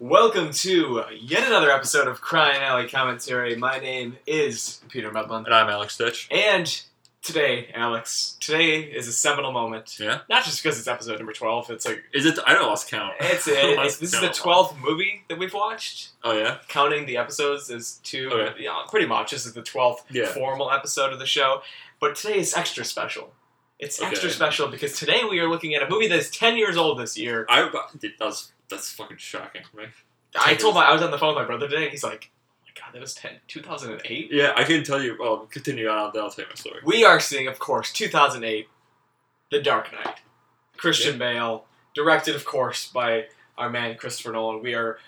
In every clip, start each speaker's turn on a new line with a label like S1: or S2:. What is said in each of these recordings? S1: Welcome to yet another episode of Crying Alley Commentary. My name is Peter Mudlin.
S2: And I'm Alex Stitch.
S1: And today, Alex, today is a seminal moment.
S2: Yeah.
S1: Not just because it's episode number 12, it's like,
S2: Is it? I don't lost count.
S1: it's,
S2: I
S1: it, it's
S2: lost
S1: this is the
S2: count.
S1: 12th movie that we've watched.
S2: Oh yeah.
S1: Counting the episodes is two,
S2: Okay.
S1: yeah, pretty much. This is the 12th
S2: Yeah.
S1: formal episode of the show. But today is extra special. It's
S2: Okay.
S1: extra special because today we are looking at a movie that is 10 years old this year.
S2: I dude, that was, that's fucking shocking, right?
S1: I told my I was on the phone with my brother today, and he's like, "Oh my god, that was 10, 2008."
S2: Yeah, I can tell you. Well, continue on. Then I'll tell you my story.
S1: We are seeing, of course, 2008, The Dark Knight, Christian Bale, directed, of course, by our man Christopher Nolan. We are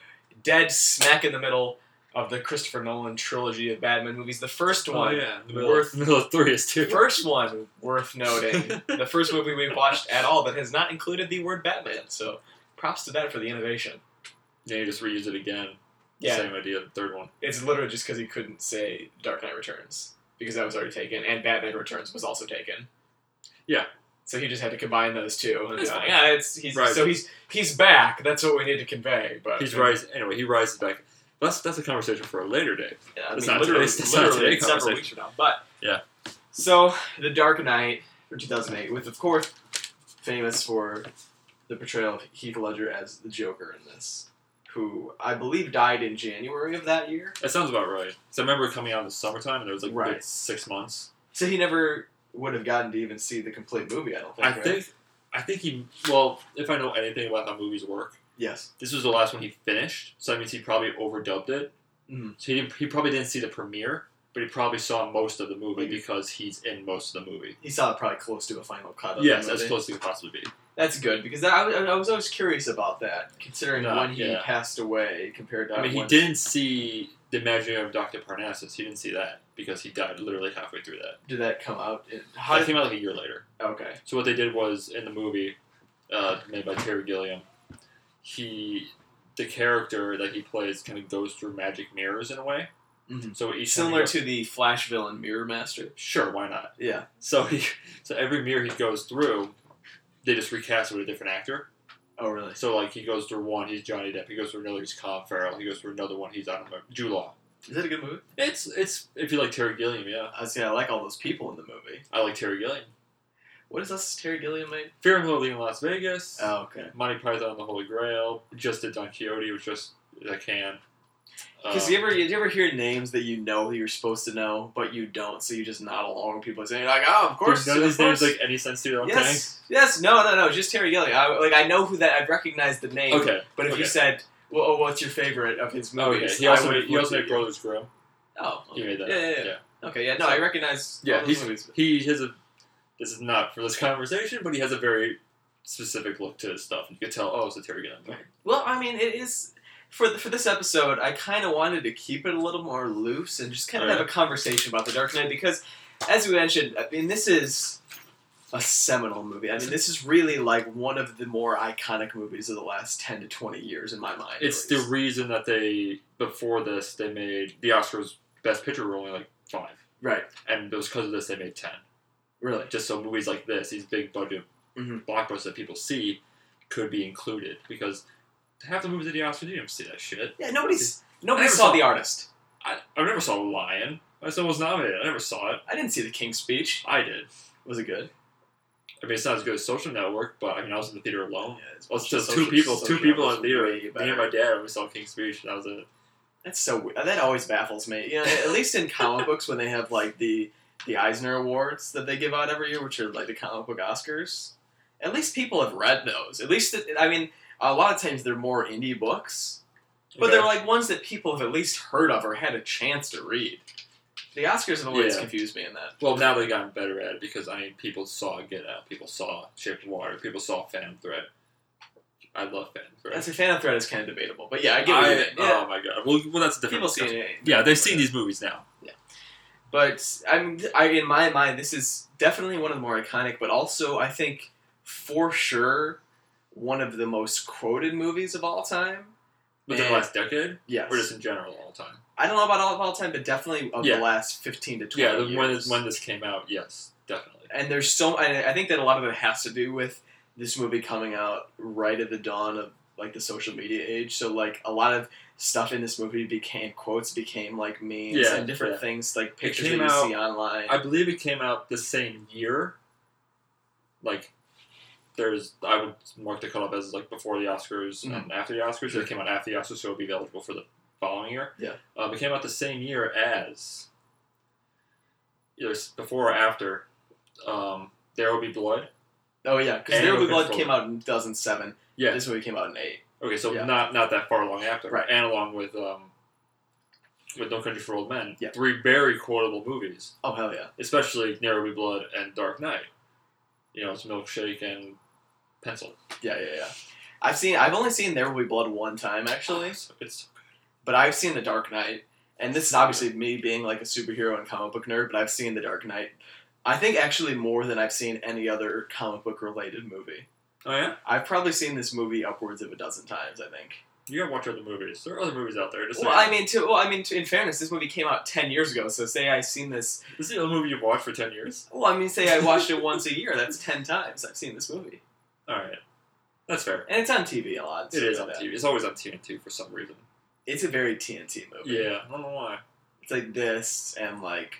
S1: dead smack in the middle of the Christopher Nolan trilogy of Batman movies. The first
S2: Oh
S1: one,
S2: yeah. The middle,
S1: Worth-
S2: middle of three is two.
S1: the first one worth noting, the first movie we've watched at all that has not included the word Batman. So, props to that for the innovation.
S2: Then you just reuse it again.
S1: Yeah.
S2: Same idea. The third one.
S1: It's literally just because he couldn't say Dark Knight Returns because that was already taken, and Batman Returns was also taken.
S2: Yeah.
S1: So he just had to combine those two. And
S2: That's
S1: go,
S2: fine.
S1: yeah, it's he's
S2: Right.
S1: so he's he's back. That's what we need to convey. But
S2: He's rise. Anyway, he rises back. That's that's a conversation for a later day.
S1: Yeah, I
S2: It's
S1: mean,
S2: not
S1: literally,
S2: today's- it's not
S1: literally
S2: today's
S1: several
S2: conversation.
S1: weeks from now. But
S2: Yeah.
S1: So the Dark Knight from 2008, with of course famous for the portrayal of Heath Ledger as the Joker in this, who I believe died in January of that year.
S2: That sounds about right. So I remember coming out in the summertime, and it was like
S1: Right.
S2: good six months.
S1: So he never would have gotten to even see the complete movie, I don't think.
S2: I
S1: right?
S2: think. I think he. Well, if I know anything about how movies work,
S1: Yes.
S2: this was the last one he finished, so that means he probably overdubbed it.
S1: Mhm.
S2: So he, didn't, he probably didn't see the premiere, but he probably saw most of the movie
S1: Maybe.
S2: because he's in most of the movie.
S1: He saw it probably close to a final cut. Of
S2: yes,
S1: the
S2: as
S1: movie.
S2: close as he could possibly be.
S1: That's good because that, I, was- I was always curious about that, considering
S2: Nah,
S1: when he
S2: yeah.
S1: passed away compared to.
S2: I mean, he
S1: when-
S2: didn't see the Imagineer of Dr. Parnassus. He didn't see that because he died literally halfway through that.
S1: Did that come out? In, how
S2: That
S1: did,
S2: came out like a year later.
S1: okay.
S2: So what they did was in the movie, uh, made by Terry Gilliam, he the character that he plays kind of goes through magic mirrors in a way.
S1: Mhm.
S2: So each time he
S1: Similar
S2: goes-
S1: to the Flash villain Mirror Master.
S2: sure why not.
S1: Yeah.
S2: So he, so every mirror he goes through, they just recast it with a different actor.
S1: Oh, really?
S2: So like he goes through one, he's Johnny Depp. He goes through another, he's Colin Farrell. He goes through another one, he's I don't know, Jude Law.
S1: Is that a good movie?
S2: It's it's if you like Terry Gilliam, yeah,
S1: I see. I like all those people in the movie.
S2: I like Terry Gilliam.
S1: What is this Terry Gilliam made?
S2: Fear and Loathing in Las Vegas,
S1: Oh, okay.
S2: Monty Python and the Holy Grail, just did Don Quixote, which just I can.
S1: Because
S2: Um,
S1: you ever you ever hear names that you know you're supposed to know, but you don't, so you just nod along when people are saying like, "Oh, of course."
S2: there's none of
S1: of
S2: these names
S1: course.
S2: make any sense to you. Okay.
S1: Yes. Yes. No. No. No. Just Terry Gilliam. I, like I know who that. I recognize the name.
S2: Okay.
S1: But if you
S2: okay.
S1: said, "Well, oh, what's your favorite of his
S2: Oh
S1: movies?"
S2: yeah, he
S1: I
S2: also
S1: would've
S2: made, he also
S1: looked
S2: made
S1: at you.
S2: Brothers Grimm.
S1: Oh. Okay.
S2: He made that.
S1: Yeah, yeah, yeah. Okay. Yeah. No, I recognize.
S2: Yeah,
S1: all those
S2: he's-
S1: movies.
S2: he has a this is not for this conversation, but he has a very specific look to his stuff. You could tell, oh, it's a Terry Gilliam. thing.
S1: Well, I mean, it is. For, the, for this episode, I kind of wanted to keep it a little more loose and just kind of have a conversation about The Dark Knight because, as we mentioned, I mean, this is a seminal movie. I mean, this is really like one of the more iconic movies of the last 10 to 20 years in my mind. at
S2: It's the
S1: least.
S2: reason that they before this they made the Oscars Best Picture were only like five,
S1: Right,
S2: and it was because of this they made ten.
S1: really.
S2: Just so movies like this, these big budget
S1: Mhm.
S2: blockbusters that people see, could be included because half the movies at the Oscars you didn't see that shit.
S1: Yeah, nobody's. Nobody
S2: I never
S1: saw,
S2: saw-
S1: The Artist.
S2: I, I never saw Lion. I saw it was nominated. I never saw it.
S1: I didn't see The King's Speech.
S2: I did.
S1: Was it good?
S2: I mean, it's not as good as Social Network, but I mean, I was in the theater alone.
S1: it's
S2: Well, it's just
S1: social-
S2: two people,
S1: social
S2: two people
S1: was
S2: in theater.
S1: way
S2: Me
S1: better.
S2: and my dad, and we saw King's Speech. That was it.
S1: That's so weird. That always baffles me. You know, at least in comic books, when they have like the the Eisner Awards that they give out every year, which are like the comic book Oscars, at least people have read those. At least, it, I mean, a lot of times they're more indie books, but
S2: Okay.
S1: they're like ones that people have at least heard of or had a chance to read. The Oscars have always
S2: Yeah.
S1: confused me in that.
S2: well, now they've gotten better at it because I mean, people saw Get Out, people saw Shape of Water, people saw Phantom Thread. I love Phantom Thread.
S1: That's a Phantom Thread is kind of debatable, but yeah, I get what you
S2: I,
S1: mean. Yeah,
S2: Oh my god. Well, well, that's a different.
S1: people see
S2: discussion.
S1: it.
S2: Yeah, they've seen these movies now.
S1: But I'm, I, in my mind, this is definitely one of the more iconic, but also I think for sure one of the most quoted movies of all time.
S2: Within
S1: And-
S2: the last decade,
S1: Yes,
S2: or just in general, all the time.
S1: I don't know about all of all time, but definitely of
S2: Yeah.
S1: the last fifteen to twenty.
S2: Yeah, the, when
S1: years.
S2: when this came out, yes, definitely.
S1: and there's so I, I think that a lot of it has to do with this movie coming out right at the dawn of like the social media age, so like a lot of stuff in this movie became quotes, became like memes
S2: Yeah,
S1: and different
S2: yeah.
S1: things, like pictures that
S2: came
S1: you
S2: out-
S1: see online.
S2: I believe it came out the same year. Like, there's I would mark the cutoff as like before the Oscars
S1: Mm-hmm.
S2: and after the Oscars. It came out after the Oscars, so it'll be eligible for the following year.
S1: Yeah.
S2: um, it came out the same year as either s- before or after. Um, there will be blood.
S1: oh yeah, because
S2: And
S1: There Will Be
S2: Animal
S1: Blood came out in 2007.
S2: Yeah.
S1: This movie came out in eight.
S2: Okay, so
S1: Yeah.
S2: not not that far along after,
S1: Right.
S2: And along with um, with No Country for Old Men,
S1: Yeah.
S2: three very quotable movies.
S1: Oh hell yeah!
S2: especially Narrow Be Blood and Dark Knight. You know, it's Milkshake and Pencil.
S1: Yeah yeah yeah. I've seen. I've only seen There Will Be Blood one time actually.
S2: it's, Ah, it's
S1: but I've seen The Dark Knight, and this is obviously me being like a superhero and comic book nerd, but I've seen The Dark Knight. I think actually more than I've seen any other comic book related movie.
S2: oh yeah,
S1: I've probably seen this movie upwards of a dozen times. I think.
S2: you gotta watch other movies. There are other movies out there. Just
S1: Well,
S2: saying.
S1: I mean, to, well, I mean, to, in fairness, this movie came out ten years ago. So say I've seen this.
S2: this is the only movie you've watched for ten years.
S1: Well, I mean, say I watched it once a year. That's ten times I've seen this movie,
S2: All right, that's fair.
S1: and it's on TV a lot. so
S2: It is
S1: you
S2: on
S1: know that.
S2: TV. It's always on TNT for some reason.
S1: It's a very TNT movie.
S2: Yeah, I don't know why.
S1: It's like this, and like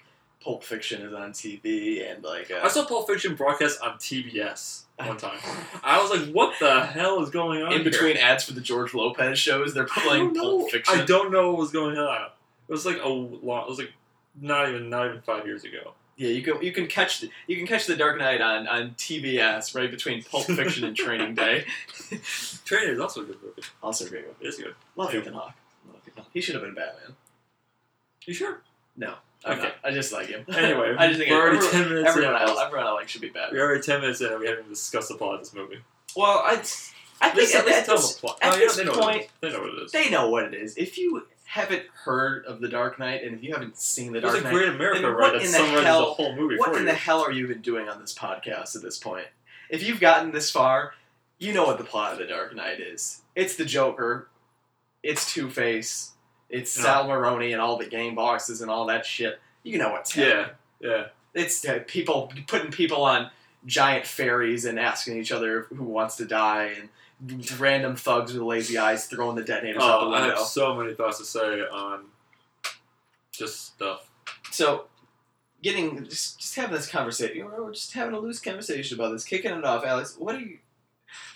S1: Pulp Fiction is on TV, and like. Uh,
S2: I saw Pulp Fiction broadcast on TBS one time. I was like, "What the hell is going on?"
S1: in
S2: here?
S1: between ads for the George Lopez shows, they're
S2: I don't
S1: playing
S2: know.
S1: Pulp Fiction.
S2: I don't know what was going on. It was like a long. It was like not even not even five years ago.
S1: Yeah, you can you can catch the, you can catch the Dark Knight on on TBS right between Pulp Fiction and Training Day.
S2: Train is also a good movie.
S1: Also, a great one.
S2: It is good.
S1: Love
S2: Yeah.
S1: Ethan Hawke. Love Ethan Hawke. He should have been Batman.
S2: You sure?
S1: I'm
S2: Okay.
S1: not. I just like him.
S2: Anyway,
S1: I just think
S2: we're already
S1: everyone,
S2: ten minutes
S1: everyone,
S2: in.
S1: I, everyone I like should be Batman.
S2: We're already ten minutes in, and we haven't even discussed the plot of this movie.
S1: Well, I I think
S2: Let's-
S1: at,
S2: let's
S1: at
S2: tell
S1: this,
S2: the plot.
S1: at
S2: Oh, yeah,
S1: this
S2: they know what it is. they know what it is.
S1: they know what it is. If you haven't heard of the Dark Knight and if you haven't seen the
S2: There's
S1: Dark
S2: a
S1: Knight,
S2: Great America
S1: then what
S2: right that
S1: in the
S2: summarizes the
S1: hell-
S2: whole movie
S1: What
S2: for
S1: in
S2: you.
S1: the hell are you even doing on this podcast at this point? If you've gotten this far, you know what the plot of The Dark Knight is. It's the Joker, it's Two Face, it's
S2: No.
S1: Sal Maroni and all the game boxes and all that shit. You know what's happening.
S2: yeah, yeah.
S1: It's uh, people putting people on giant ferries and asking each other who wants to die and random thugs with lazy eyes throwing the detonators out
S2: Oh,
S1: the
S2: I have
S1: window.
S2: so many thoughts to say on just stuff.
S1: so getting just, just having this conversation you know, we're just having a loose conversation about this kicking it off alex what are you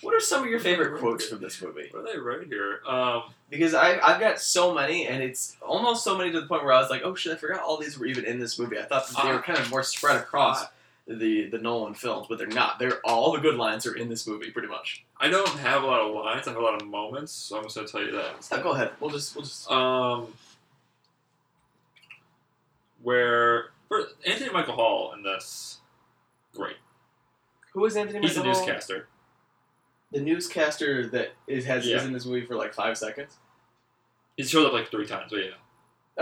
S1: what are some of your favorite quotes from this movie
S2: What are they right here? Um,
S1: because I, i've got so many and it's almost so many to the point where i was like oh shit i forgot all these were even in this movie i thought that they were kind of more spread across the the nolan films but they're not they're all the good lines are in this movie pretty much
S2: I don't have a lot of lines. I have a lot of moments, so I'm just gonna tell you that.
S1: so go ahead we'll just we'll just
S2: Um, where for Anthony Michael Hall in this, great.
S1: who is anthony
S2: He's a
S1: Michael Hall?
S2: newscaster.
S1: the newscaster that is has
S2: Yeah.
S1: is in this movie for like five seconds
S2: He showed up like three times, but yeah.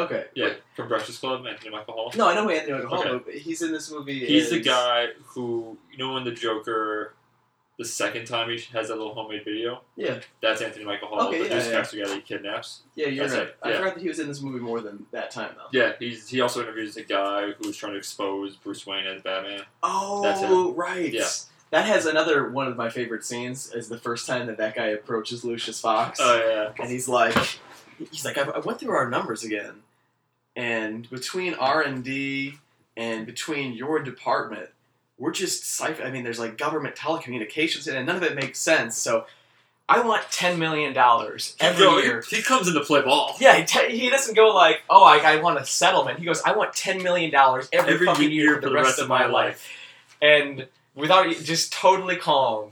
S1: okay
S2: Yeah, from Breakfast Club, Anthony Michael Hall.
S1: no i know who anthony Michael Hall,
S2: Okay.
S1: but he's in this movie
S2: He's the
S1: as-
S2: guy who, you know, when the Joker, the second time he has that little homemade video?
S1: Yeah.
S2: That's Anthony Michael Hall,
S1: Okay,
S2: the
S1: yeah,
S2: newscaster guy that he kidnaps.
S1: Yeah, you're
S2: That's
S1: right.
S2: it,
S1: I
S2: yeah.
S1: forgot that he was in this movie more than that time, though.
S2: Yeah, he's he also interviews the guy who was trying to expose Bruce Wayne as Batman. That's
S1: Oh,
S2: him.
S1: right.
S2: Yeah.
S1: That has another one of my favorite scenes is the first time that that guy approaches Lucius Fox,
S2: Oh,
S1: and he's like, he's like, I, I went through our numbers again, and between R and D and between your department, we're just cipher. I mean, there's like government telecommunications, in it, and none of it makes sense. So, I want ten million dollars
S2: yeah.
S1: every
S2: Yo,
S1: year.
S2: He, he comes in to play ball.
S1: Yeah, he, t- he doesn't go like, oh, I, I want a settlement. He goes, I want ten million dollars every,
S2: Every
S1: fucking
S2: year
S1: for the, rest, of my life. And without e, just totally calm,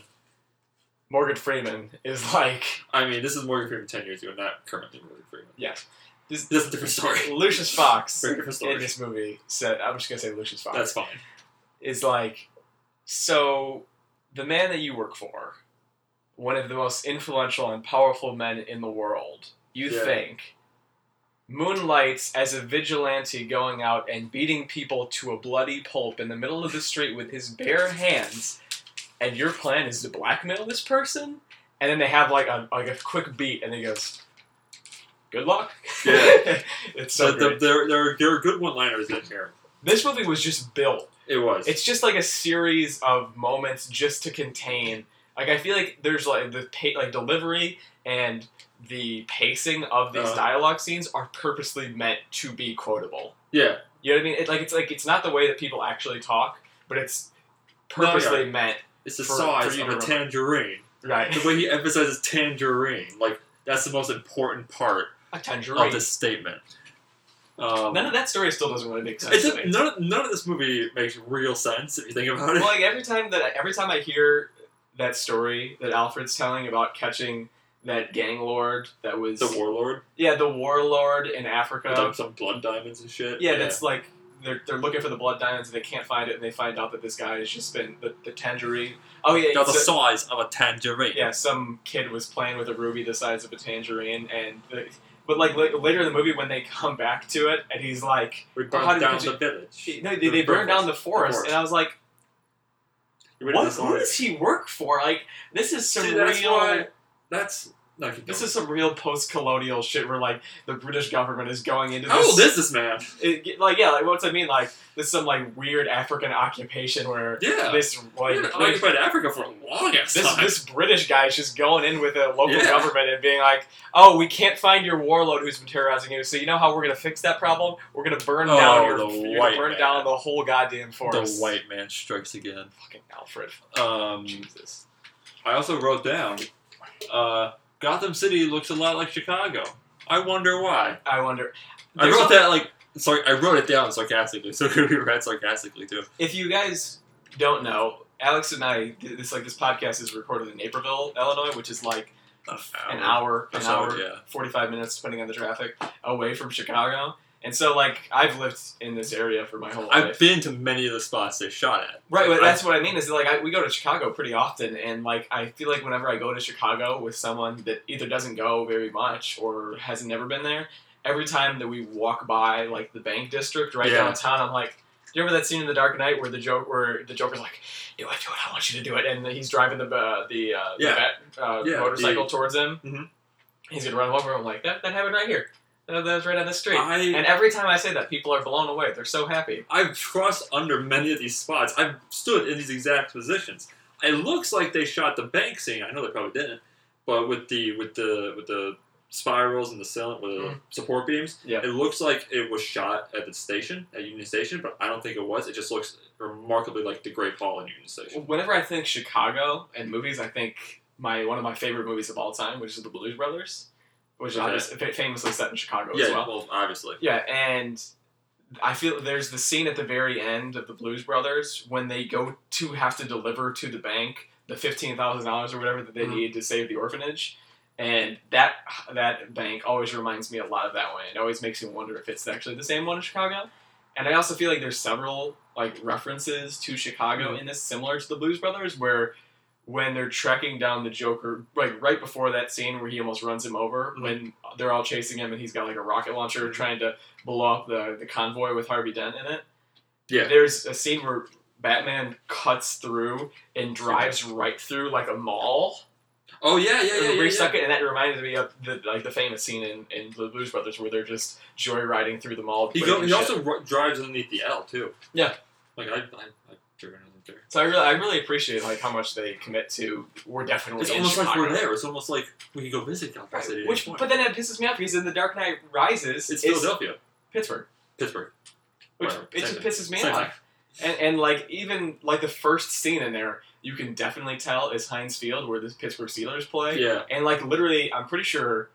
S1: Morgan Freeman is like,
S2: I mean, this is Morgan Freeman 10 years ago, not currently Morgan Freeman.
S1: yes, this,
S2: That's a different story.
S1: Lucius Fox
S2: Very different
S1: in
S2: story.
S1: this movie said, I'm just gonna say Lucius Fox
S2: That's fine.
S1: is like, so the man that you work for, one of the most influential and powerful men in the world, you
S2: Yeah.
S1: think moonlights as a vigilante going out and beating people to a bloody pulp in the middle of the street with his bare hands, and your plan is to blackmail this person? And then they have like a like a quick beat, and he goes, "Good luck."
S2: Yeah.
S1: it's so
S2: So the,
S1: great.
S2: there, there, there are good one liners in here.
S1: this movie was just built
S2: It was.
S1: it's just like a series of moments just to contain
S3: Like I feel like there's like the pa- like delivery and the pacing of these
S2: Uh-huh.
S3: dialogue scenes are purposely meant to be quotable.
S2: Yeah,
S3: You know what I mean? It, like it's like it's not the way that people actually talk, but it's purposely meant
S2: it's the
S3: For- for
S2: size
S3: you
S2: of
S3: to
S2: a
S3: remember.
S2: tangerine.
S3: right.
S2: The way he emphasizes tangerine, like that's the most important part
S3: A
S2: of
S3: tangerine.
S2: this statement. Um,
S3: None of that story still doesn't really make
S2: it
S3: sense. to
S2: doesn't-
S3: me.
S2: none, of, none of this movie makes real sense if you think about it.
S3: Well, like every time that I, every time I hear that story that Alfred's telling about catching that gang lord that was
S2: the warlord
S3: yeah the warlord in
S2: with
S3: Africa
S2: like, some blood diamonds and shit.
S3: yeah, that's like they're, they're looking for the blood diamonds and they can't find it and they find out that this guy has just been the, the tangerine oh yeah
S2: Now the
S3: so-
S2: size of a tangerine.
S3: yeah some kid was playing with a ruby the size of a tangerine and the, but like la- later in the movie when they come back to it and he's like
S2: We
S3: Well, how
S2: burned
S3: did
S2: down
S3: you-
S2: the village.
S3: no they, they burned down the forest,
S2: forest.
S3: and I was like
S2: You ready
S3: what
S2: this
S3: who
S2: line?
S3: does he work for like this is some
S2: See,
S3: real
S2: that's why- That's no, keep
S3: This
S2: going.
S3: is some real post-colonial shit where like the British government is going into this.
S2: how old is this man?
S3: it, like yeah, like what's I mean? Like this is some like weird African occupation where
S2: Yeah,
S3: this like
S2: yeah, I occupied Africa for a long ass
S3: this
S2: time.
S3: this British guy is just going in with a local
S2: Yeah.
S3: government and being like, oh, we can't find your warlord who's been terrorizing you. So you know how we're gonna fix that problem? We're gonna burn
S2: Oh,
S3: down your,
S2: the
S3: you're gonna
S2: white
S3: burn
S2: man.
S3: down the whole goddamn forest.
S2: the white man strikes again.
S3: fucking Alfred.
S2: Um,
S3: Jesus.
S2: I also wrote down. Uh, Gotham City looks a lot like Chicago. I wonder why.
S3: I wonder.
S2: I
S3: There's
S2: wrote
S3: a-
S2: that like sorry. I wrote it down sarcastically, so it could be read sarcastically too.
S3: if you guys don't know, Alex and I this like this podcast is recorded in Naperville, Illinois, which is like an
S1: Oh,
S3: hour,
S2: or
S3: an
S2: so,
S3: hour,
S2: yeah.
S3: forty-five minutes, depending on the traffic, away from Chicago. And so, like, I've lived in this area for my whole
S2: I've
S3: life.
S2: been to many of the spots they shot at.
S3: Right, but
S2: I-
S3: that's what I mean is like I, we go to Chicago pretty often, and like I feel like whenever I go to Chicago with someone that either doesn't go very much or has never been there, every time that we walk by like the bank district right
S2: Yeah.
S3: downtown, I'm like, do you remember that scene in The Dark Knight where the joke where the Joker's like, do it, do it, I want you to do it, and he's driving the uh, the, uh, the Mm-hmm.
S2: Yeah.
S3: bat- uh,
S2: Yeah,
S3: motorcycle
S2: the-
S3: towards him,
S2: Mhm.
S3: he's gonna run him over. I'm like, that that happened right here, that, that was right on the street.
S2: I
S3: and every time I say that, people are blown away. They're so happy.
S2: I've crossed under many of these spots. I've stood in these exact positions. It looks like they shot the bank scene. I know they probably didn't, but with the with the with the spirals and the cylind with the
S3: Mm.
S2: support beams,
S3: Yeah.
S2: it looks like it was shot at the station at Union Station, but I don't think it was. It just looks remarkably like the Great Hall in Union Station.
S3: Whenever I think Chicago and movies, I think my one of my favorite movies of all time, which is The Blues Brothers, which is
S2: Okay.
S3: obviously fa- famously set in Chicago
S2: yeah,
S3: Oh, as well.
S2: well, obviously.
S3: Yeah, and I feel there's the scene at the very end of The Blues Brothers when they go to have to deliver to the bank the fifteen thousand dollars or whatever that they
S1: Mm-hmm.
S2: Mhm.
S3: need to save the orphanage. And that that bank always reminds me a lot of that one. It always makes me wonder if it's actually the same one in Chicago. And I also feel like there's several like references to Chicago
S1: Mm-hmm.
S3: in this, similar to the Blues Brothers, where when they're tracking down the Joker, like right before that scene where he almost runs him over,
S1: Mm-hmm.
S2: Mhm.
S3: when they're all chasing him and he's got like a rocket launcher trying to blow up the, the convoy with Harvey Dent in it.
S2: Yeah.
S3: There's a scene where Batman cuts through and drives right through like a mall.
S2: Oh yeah, yeah, yeah, yeah.
S3: Everybody
S2: yeah.
S3: stuck it, and that reminded me of the like the famous scene in, in the Blues Brothers where they're just joyriding through the mall.
S2: He,
S3: breaking
S2: go, he
S3: shit.
S2: also ru- drives underneath the L too.
S3: Yeah.
S2: Like I, I, I driven underneath there.
S3: So I really, I really appreciate like how much they commit to. We're definitely
S2: It's
S3: Oh, in
S2: almost like
S3: Chicago.
S2: we're there. It's almost like we could go visit Gotham
S3: Right,
S2: City. at
S3: Which,
S2: any point.
S3: but then it pisses me off because in The Dark Knight Rises,
S2: it's Philadelphia,
S3: Pittsburgh,
S2: Pittsburgh.
S3: which
S2: Whatever,
S3: it
S2: same
S3: just pisses me
S2: Same
S3: off.
S2: thing.
S3: And, and like even like the first scene in there, you can definitely tell is Heinz Field where the Pittsburgh Steelers play.
S2: Yeah,
S3: And like literally, I'm pretty sure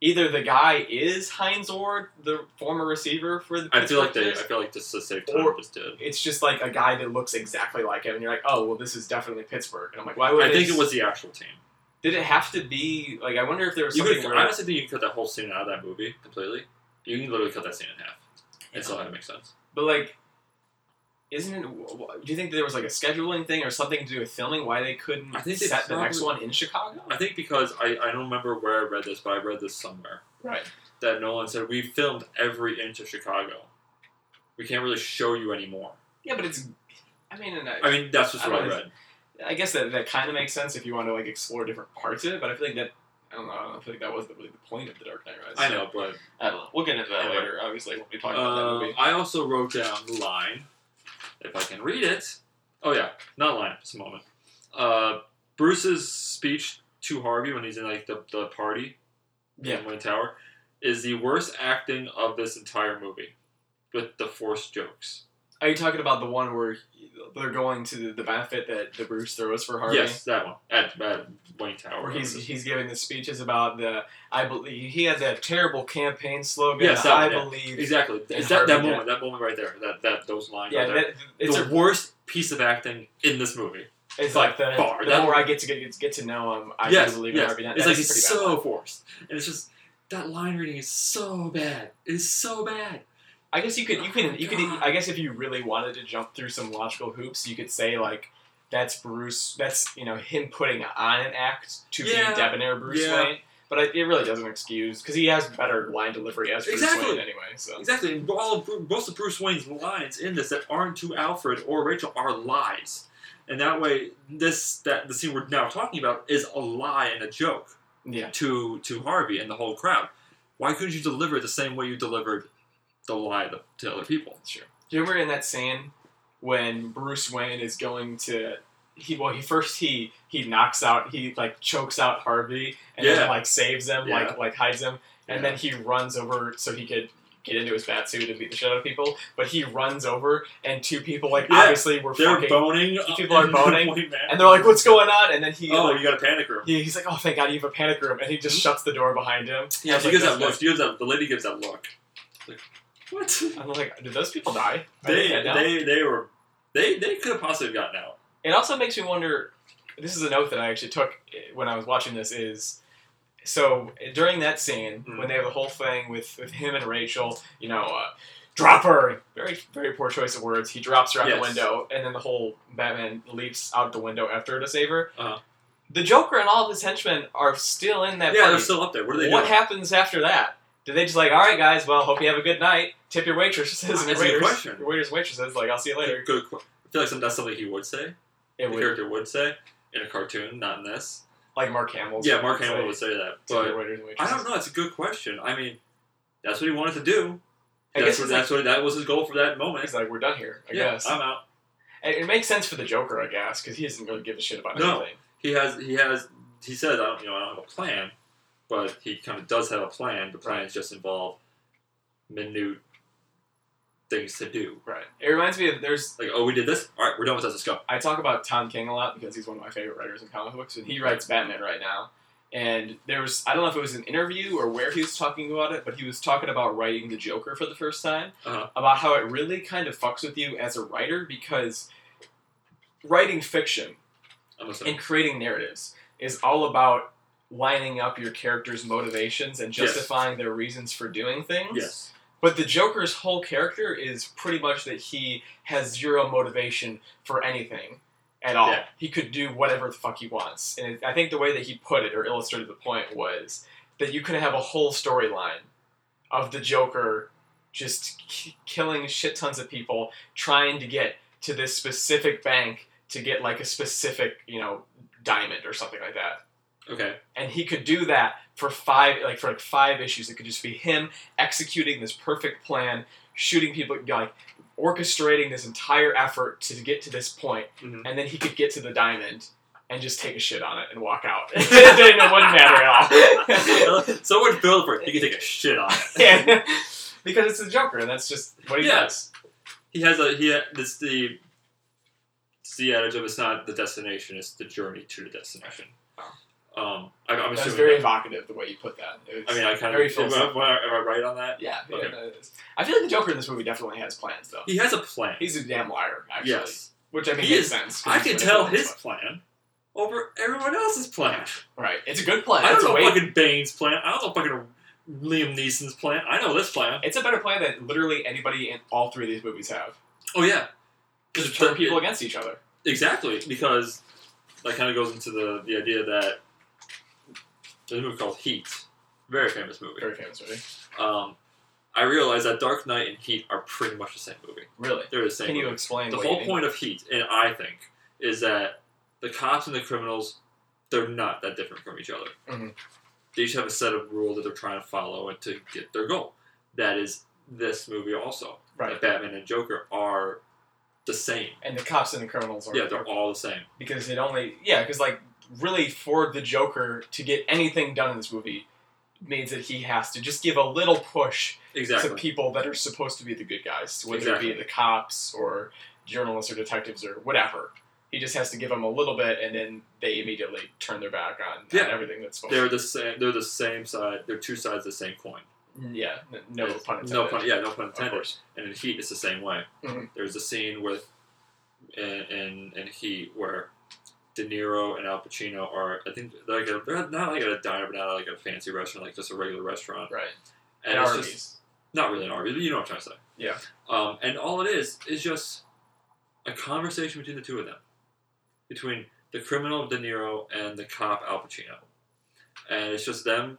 S3: either the guy is Heinz Ward, the former receiver for the.
S2: I feel
S3: Pittsburgh
S2: like they. I
S3: Steelers.
S2: feel like this is a safe time.
S3: Or-
S2: just did.
S3: It's just like a guy that looks exactly like him, and you're like, oh well, this is definitely Pittsburgh. And I'm like, why would
S2: I
S3: they
S2: think it
S3: just-
S2: was the actual team.
S3: Did it have to be like? I wonder if there was
S2: You
S3: something.
S2: could,
S3: where-
S2: I honestly think you could cut that whole scene out of that movie completely. You can literally cut that scene in half. It still had to make sense.
S3: But like, isn't it? wh- wh- Do you think there was like a scheduling thing or something to do with filming? Why they couldn't
S2: I think they
S3: set the next
S2: probably-
S3: one in Chicago?
S2: I think because I, I don't remember where I read this, but I read this somewhere
S3: Right.
S2: that Nolan said we filmed every inch of Chicago. We can't really show you anymore.
S3: Yeah, but it's. I mean, and I,
S2: I mean, that's just
S3: I
S2: what I
S3: don't-
S2: read.
S3: I guess that, that kind of makes sense if you want to like explore different parts of it. But I feel like that. I don't know. I don't feel like that was really the point of the Dark Knight Rises.
S2: I know, but
S3: I don't know. We'll get into that
S2: Anyway.
S3: later. Obviously, when we talk about that
S2: Um,
S3: movie.
S2: I also wrote down the line, if I can read it. Oh yeah, not line, just a moment. Uh, Bruce's speech to Harvey when he's in like the, the party
S3: Yeah.
S2: in Wayne Tower is the worst acting of this entire movie with the forced jokes.
S3: Are you talking about the one where they're going to the benefit that the Bruce throws for Harvey?
S2: Yes, that one at, at Wayne Tower.
S3: Where he's he's giving the speeches about the I believe he had that terrible campaign slogan.
S2: Yes, that
S3: I
S2: one, yeah.
S3: believe.
S2: exactly. It's that, that
S3: Harvey,
S2: moment, that moment right there, that, that those lines.
S3: Yeah,
S2: right there.
S3: that, it's
S2: the
S3: a,
S2: worst piece of acting in this movie.
S3: it's like the,
S2: bar.
S3: the
S2: That-
S3: more I get to get, get to know him, I
S2: yes,
S3: do believe in
S2: yes.
S3: Harvey Dent.
S2: It's
S3: That
S2: like
S3: is
S2: it's
S3: a pretty bad
S2: so
S3: line.
S2: forced, and it's just that line reading is so bad. It's so bad.
S3: I guess you could you can you could
S2: God.
S3: I guess if you really wanted to jump through some logical hoops, you could say like that's Bruce. That's you know him putting on an act to
S2: Yeah.
S3: be debonair Bruce
S2: Yeah.
S3: Wayne. But it, it really doesn't excuse because he has better line delivery as Bruce
S2: Exactly.
S3: Wayne anyway. So
S2: Exactly. And all of, Bru- most of Bruce Wayne's lines in this that aren't to Alfred or Rachel are lies. And that way, this that the scene we're now talking about is a lie and a joke
S3: yeah,
S2: to to Harvey and the whole crowd. Why couldn't you deliver it the same way you delivered the lie to, to other people?
S3: sure. Do you remember in that scene when Bruce Wayne is going to he well he first he he knocks out he like chokes out Harvey and
S2: Yeah.
S3: then like saves him
S2: Yeah.
S3: like like hides him and
S2: Yeah.
S3: then he runs over so he could get into his bat suit and beat the shit out of people. But he runs over, and two people like
S2: Yeah,
S3: obviously were
S2: They're
S3: fucking,
S2: boning.
S3: people are
S2: in
S3: boning,
S2: Wayne Manor.
S3: and they're like, "What's going on?" And then he,
S2: "Oh,
S3: like,
S2: you got a panic room."
S3: he he's like, "Oh, thank God, you have a panic room," and he just shuts the door behind him. I
S2: Yeah,
S3: was
S2: she
S3: like,
S2: gives
S3: "Those
S2: that look. She gives that. The lady gives that look. Like, what?
S3: guys-" I'm like, "Did those people die?" I
S2: They,
S3: didn't know.
S2: they, they were, they, they could have possibly gotten out.
S3: It also makes me wonder. This is a note that I actually took eh, when I was watching this. Is so eh, during that scene
S2: Mm.
S3: when they have the whole thing with with him and Rachel, you know, uh, drop her. Very very poor choice of words. He drops her out
S2: Yes.
S3: the window, and then the whole Batman leaps out the window after her to save her.
S2: Uh-huh.
S3: The Joker and all of his henchmen are still in that.
S2: yeah,
S3: party.
S2: they're still up there. What are they
S3: what
S2: doing?
S3: happens after that? Do they just like, all right, guys, well, hope you have a good night. Tip your waitresses and your
S2: That's a good
S3: waiters,
S2: question.
S3: your waiters, and waitresses. Like, I'll see you later.
S2: Good. que- I feel like some, that's something he would say.
S3: It
S2: the
S3: would-
S2: character would say in a cartoon, not in this.
S3: like Mark Hamill's.
S2: Yeah, Mark Hamill
S3: like,
S2: would say that,
S3: to the
S2: but
S3: waiters and waitresses.
S2: I don't know. It's a good question. I mean, that's what he wanted to do.
S3: I
S2: That's
S3: guess
S2: what,
S3: it's
S2: that's what that was his goal for that moment.
S3: He's like, we're done here. I
S2: yeah,
S3: guess
S2: I'm out.
S3: it, it makes sense for the Joker, I guess, because he doesn't really give a shit about
S2: No.
S3: anything.
S2: He has. He has. He says, "I don't. You know, I don't have a plan," but he kind of does have a plan. The plans just involve minute things to do.
S3: Right. It reminds me of there's.
S2: Like, oh, we did this. All right, we're done with this. Let's go.
S3: I talk about Tom King a lot because he's one of my favorite writers in comic books, and he writes Batman right now. And there was I don't know if it was an interview or where he was talking about it, but he was talking about writing the Joker for the first time,
S2: Uh-huh.
S3: about how it really kind of fucks with you as a writer because writing fiction
S2: I'm listening.
S3: and creating narratives is all about lining up your character's motivations and
S2: Yes.
S3: justifying their reasons for doing things.
S2: Yes.
S3: But the Joker's whole character is pretty much that he has zero motivation for anything at all.
S2: Yeah.
S3: He could do whatever the fuck he wants. And it, I think the way that he put it or illustrated the point was that you could have a whole storyline of the Joker just k- killing shit tons of people, trying to get to this specific bank to get like a specific, you know, diamond or something like that
S2: Okay.
S3: and he could do that for five like for like five issues it could just be him executing this perfect plan shooting people like orchestrating this entire effort to get to this point
S2: Mhm.
S3: and then he could get to the diamond and just take a shit on it and walk out it didn't it wouldn't matter at all
S2: Someone build for it. He can take a shit on it.
S3: Yeah. because it's the joker and that's just what he
S2: Yeah.
S3: does
S2: He has a he. ha- This the. It's the adage of it's not the destination; it's the journey to the destination. Um, I, I'm
S3: that was
S2: assuming.
S3: very
S2: that-
S3: evocative the way you put that It
S2: I
S3: was
S2: mean, I kind of.
S3: very
S2: Am I,
S3: philosophical.
S2: am I right on that?
S3: yeah, yeah,
S2: Okay.
S3: that is. I feel like the Joker in this movie definitely has plans, though.
S2: He has a plan.
S3: He's a damn liar, actually.
S2: yes,
S3: Which I mean
S2: He
S3: makes
S2: is-
S3: sense. 'cause
S2: I
S3: he's
S2: can
S3: been
S2: tell
S3: doing
S2: his
S3: so
S2: plan over everyone else's plan.
S3: much. Right. It's a good plan.
S2: I
S3: It's
S2: don't
S3: a
S2: know
S3: way-
S2: fucking Bane's plan. I don't know fucking Liam Neeson's plan. I know this plan.
S3: It's a better plan than literally anybody in all three of these movies have.
S2: Oh yeah,
S3: Just turn
S2: the-
S3: people against each other.
S2: Exactly, because that kind of goes into the, the idea that there's a movie called Heat, very famous movie.
S3: Very famous movie.
S2: Um, I realized that Dark Knight and Heat are pretty much the same movie.
S3: Really?
S2: They're the same.
S3: Can you
S2: movie.
S3: explain
S2: The
S3: what
S2: whole
S3: you
S2: point of Heat, and I think, is that the cops and the criminals, they're not that different from each other.
S3: Mhm.
S2: They each have a set of rules that they're trying to follow and to get their goal. That is this movie also.
S3: Right.
S2: That Batman and Joker are the same.
S3: And the cops and the criminals are
S2: Yeah, they're all the same.
S3: because it only yeah because like really for the Joker to get anything done in this movie means that he has to just give a little push to
S2: Exactly.
S3: people that are supposed to be the good guys, whether it be
S2: Exactly.
S3: the cops or journalists or detectives or whatever. He just has to give them a little bit, and then they immediately turn their back on,
S2: Yeah.
S3: on everything that's supposed.
S2: They're the same. They're the same side. They're two sides of the same coin.
S3: to Yeah, n- no
S2: It's-
S3: pun intended.
S2: No pun. Yeah, no pun
S3: Of
S2: intended.
S3: course.
S2: And in Heat, it's the same way.
S3: Mhm.
S2: There's a scene with in, in in Heat where De Niro and Al Pacino are. I think they're like a, they're not like at a diner, but not at like a fancy restaurant, like just a regular restaurant.
S3: Right.
S2: And
S3: And
S2: it's
S3: Arby's.
S2: just not really an argument. but You know what I'm trying to say.
S3: Yeah.
S2: Um, and all it is is just a conversation between the two of them, between the criminal De Niro and the cop Al Pacino, and it's just them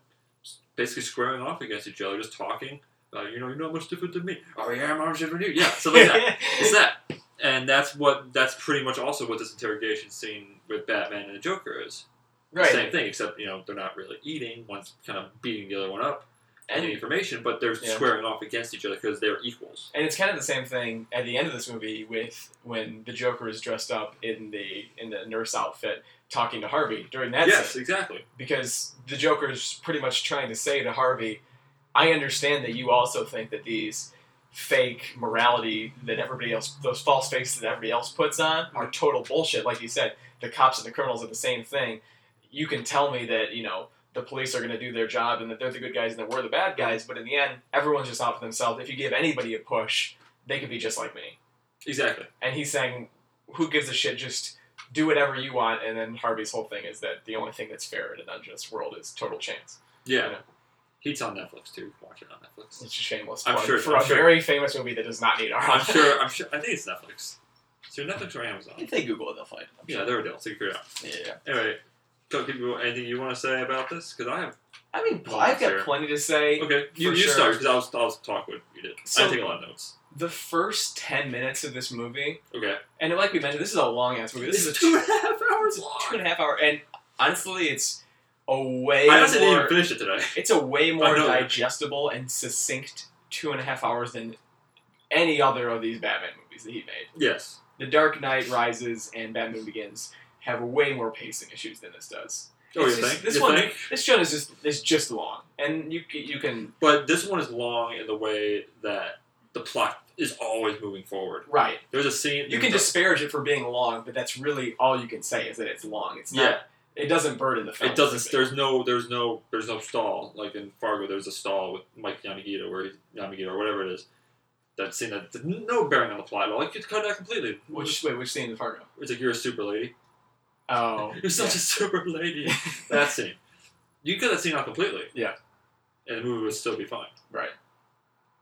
S2: basically squaring off against each other, just talking. Uh, you know, you're not much different than me. Oh yeah, I'm not much different than you. Yeah, something like that. It's that, and that's what that's pretty much also what this interrogation scene with Batman and the Joker is.
S3: right.
S2: Same thing, except you know they're not really eating. One's kind of beating the other one up
S3: And
S2: any information, but they're
S3: Yeah.
S2: squaring off against each other because they're equals.
S3: And it's kind of the same thing at the end of this movie with when the Joker is dressed up in the in the nurse outfit talking to Harvey during that
S2: yes,
S3: scene
S2: exactly.
S3: because the Joker is pretty much trying to say to Harvey, I understand that you also think that these fake morality that everybody else those false faces that everybody else puts on are total bullshit like you said the cops and the criminals are the same thing you can tell me that you know the police are going to do their job and that they're the good guys and that we're the bad guys but in the end everyone's just out for themselves if you give anybody a push they could be just like me
S2: Exactly.
S3: and he's saying who gives a shit just do whatever you want and then harvey's whole thing is that the only thing that's fair in an unjust world is total chance
S2: Yeah.
S3: Yeah.
S2: Heat's on Netflix too. You can watch it on Netflix.
S3: it's a shameless
S2: I'm
S3: plug
S2: sure-
S3: for
S2: I'm
S3: a
S2: sure.
S3: very famous movie that does not need our
S2: I'm sure I'm sure I think it's Netflix. It's either Netflix or Amazon.
S1: If they Google it, they'll find it.
S2: Yeah, there we go. So figure it out.
S3: yeah
S2: Anyway, so people anything you want to say about this? Because I have
S3: i mean
S2: Well,
S3: i've got
S2: sure.
S3: plenty to say
S2: Okay. You,
S3: For
S2: you
S3: sure.
S2: start because I was I was talking what you did. I
S3: So-
S2: take a lot of notes.
S3: the first 10 minutes of this movie
S2: Okay.
S3: and like we mentioned this is a long ass movie this is a
S2: two
S3: two,
S2: and a half hours long.
S3: two and a half hour and honestly it's a way
S2: I honestly didn't
S3: more
S2: even finish it today.
S3: It's a way more
S2: I know.
S3: digestible and succinct two and a half hours than any other of these Batman movies that he made.
S2: Yes.
S3: The Dark Knight Rises and Batman Begins have way more pacing issues than this does.
S2: Oh,
S3: It's
S2: you
S3: just-
S2: think?
S3: This
S2: you
S3: one,
S2: think?
S3: this one is just is just long, and you c- you can
S2: But this one is long in the way that the plot is always moving forward.
S3: right.
S2: There's a scene.
S3: You can disparage it for being long, but that's really all you can say is that it's long. It's not.
S2: Yeah.
S3: It doesn't burden the film.
S2: It doesn't. There's no. There's no. There's no stall. Like in Fargo, there's a stall with Mike Yamagita, where he's Yamagita or whatever it is. That scene that did no bearing on the plot at all. Like you cut it out completely.
S3: Which wait, which scene in Fargo?
S2: it's like you're a super lady.
S3: Oh,
S2: You're such a super lady.
S3: yeah.
S2: that scene. You cut that scene out completely.
S3: Yeah.
S2: And the movie would still be fine.
S3: right.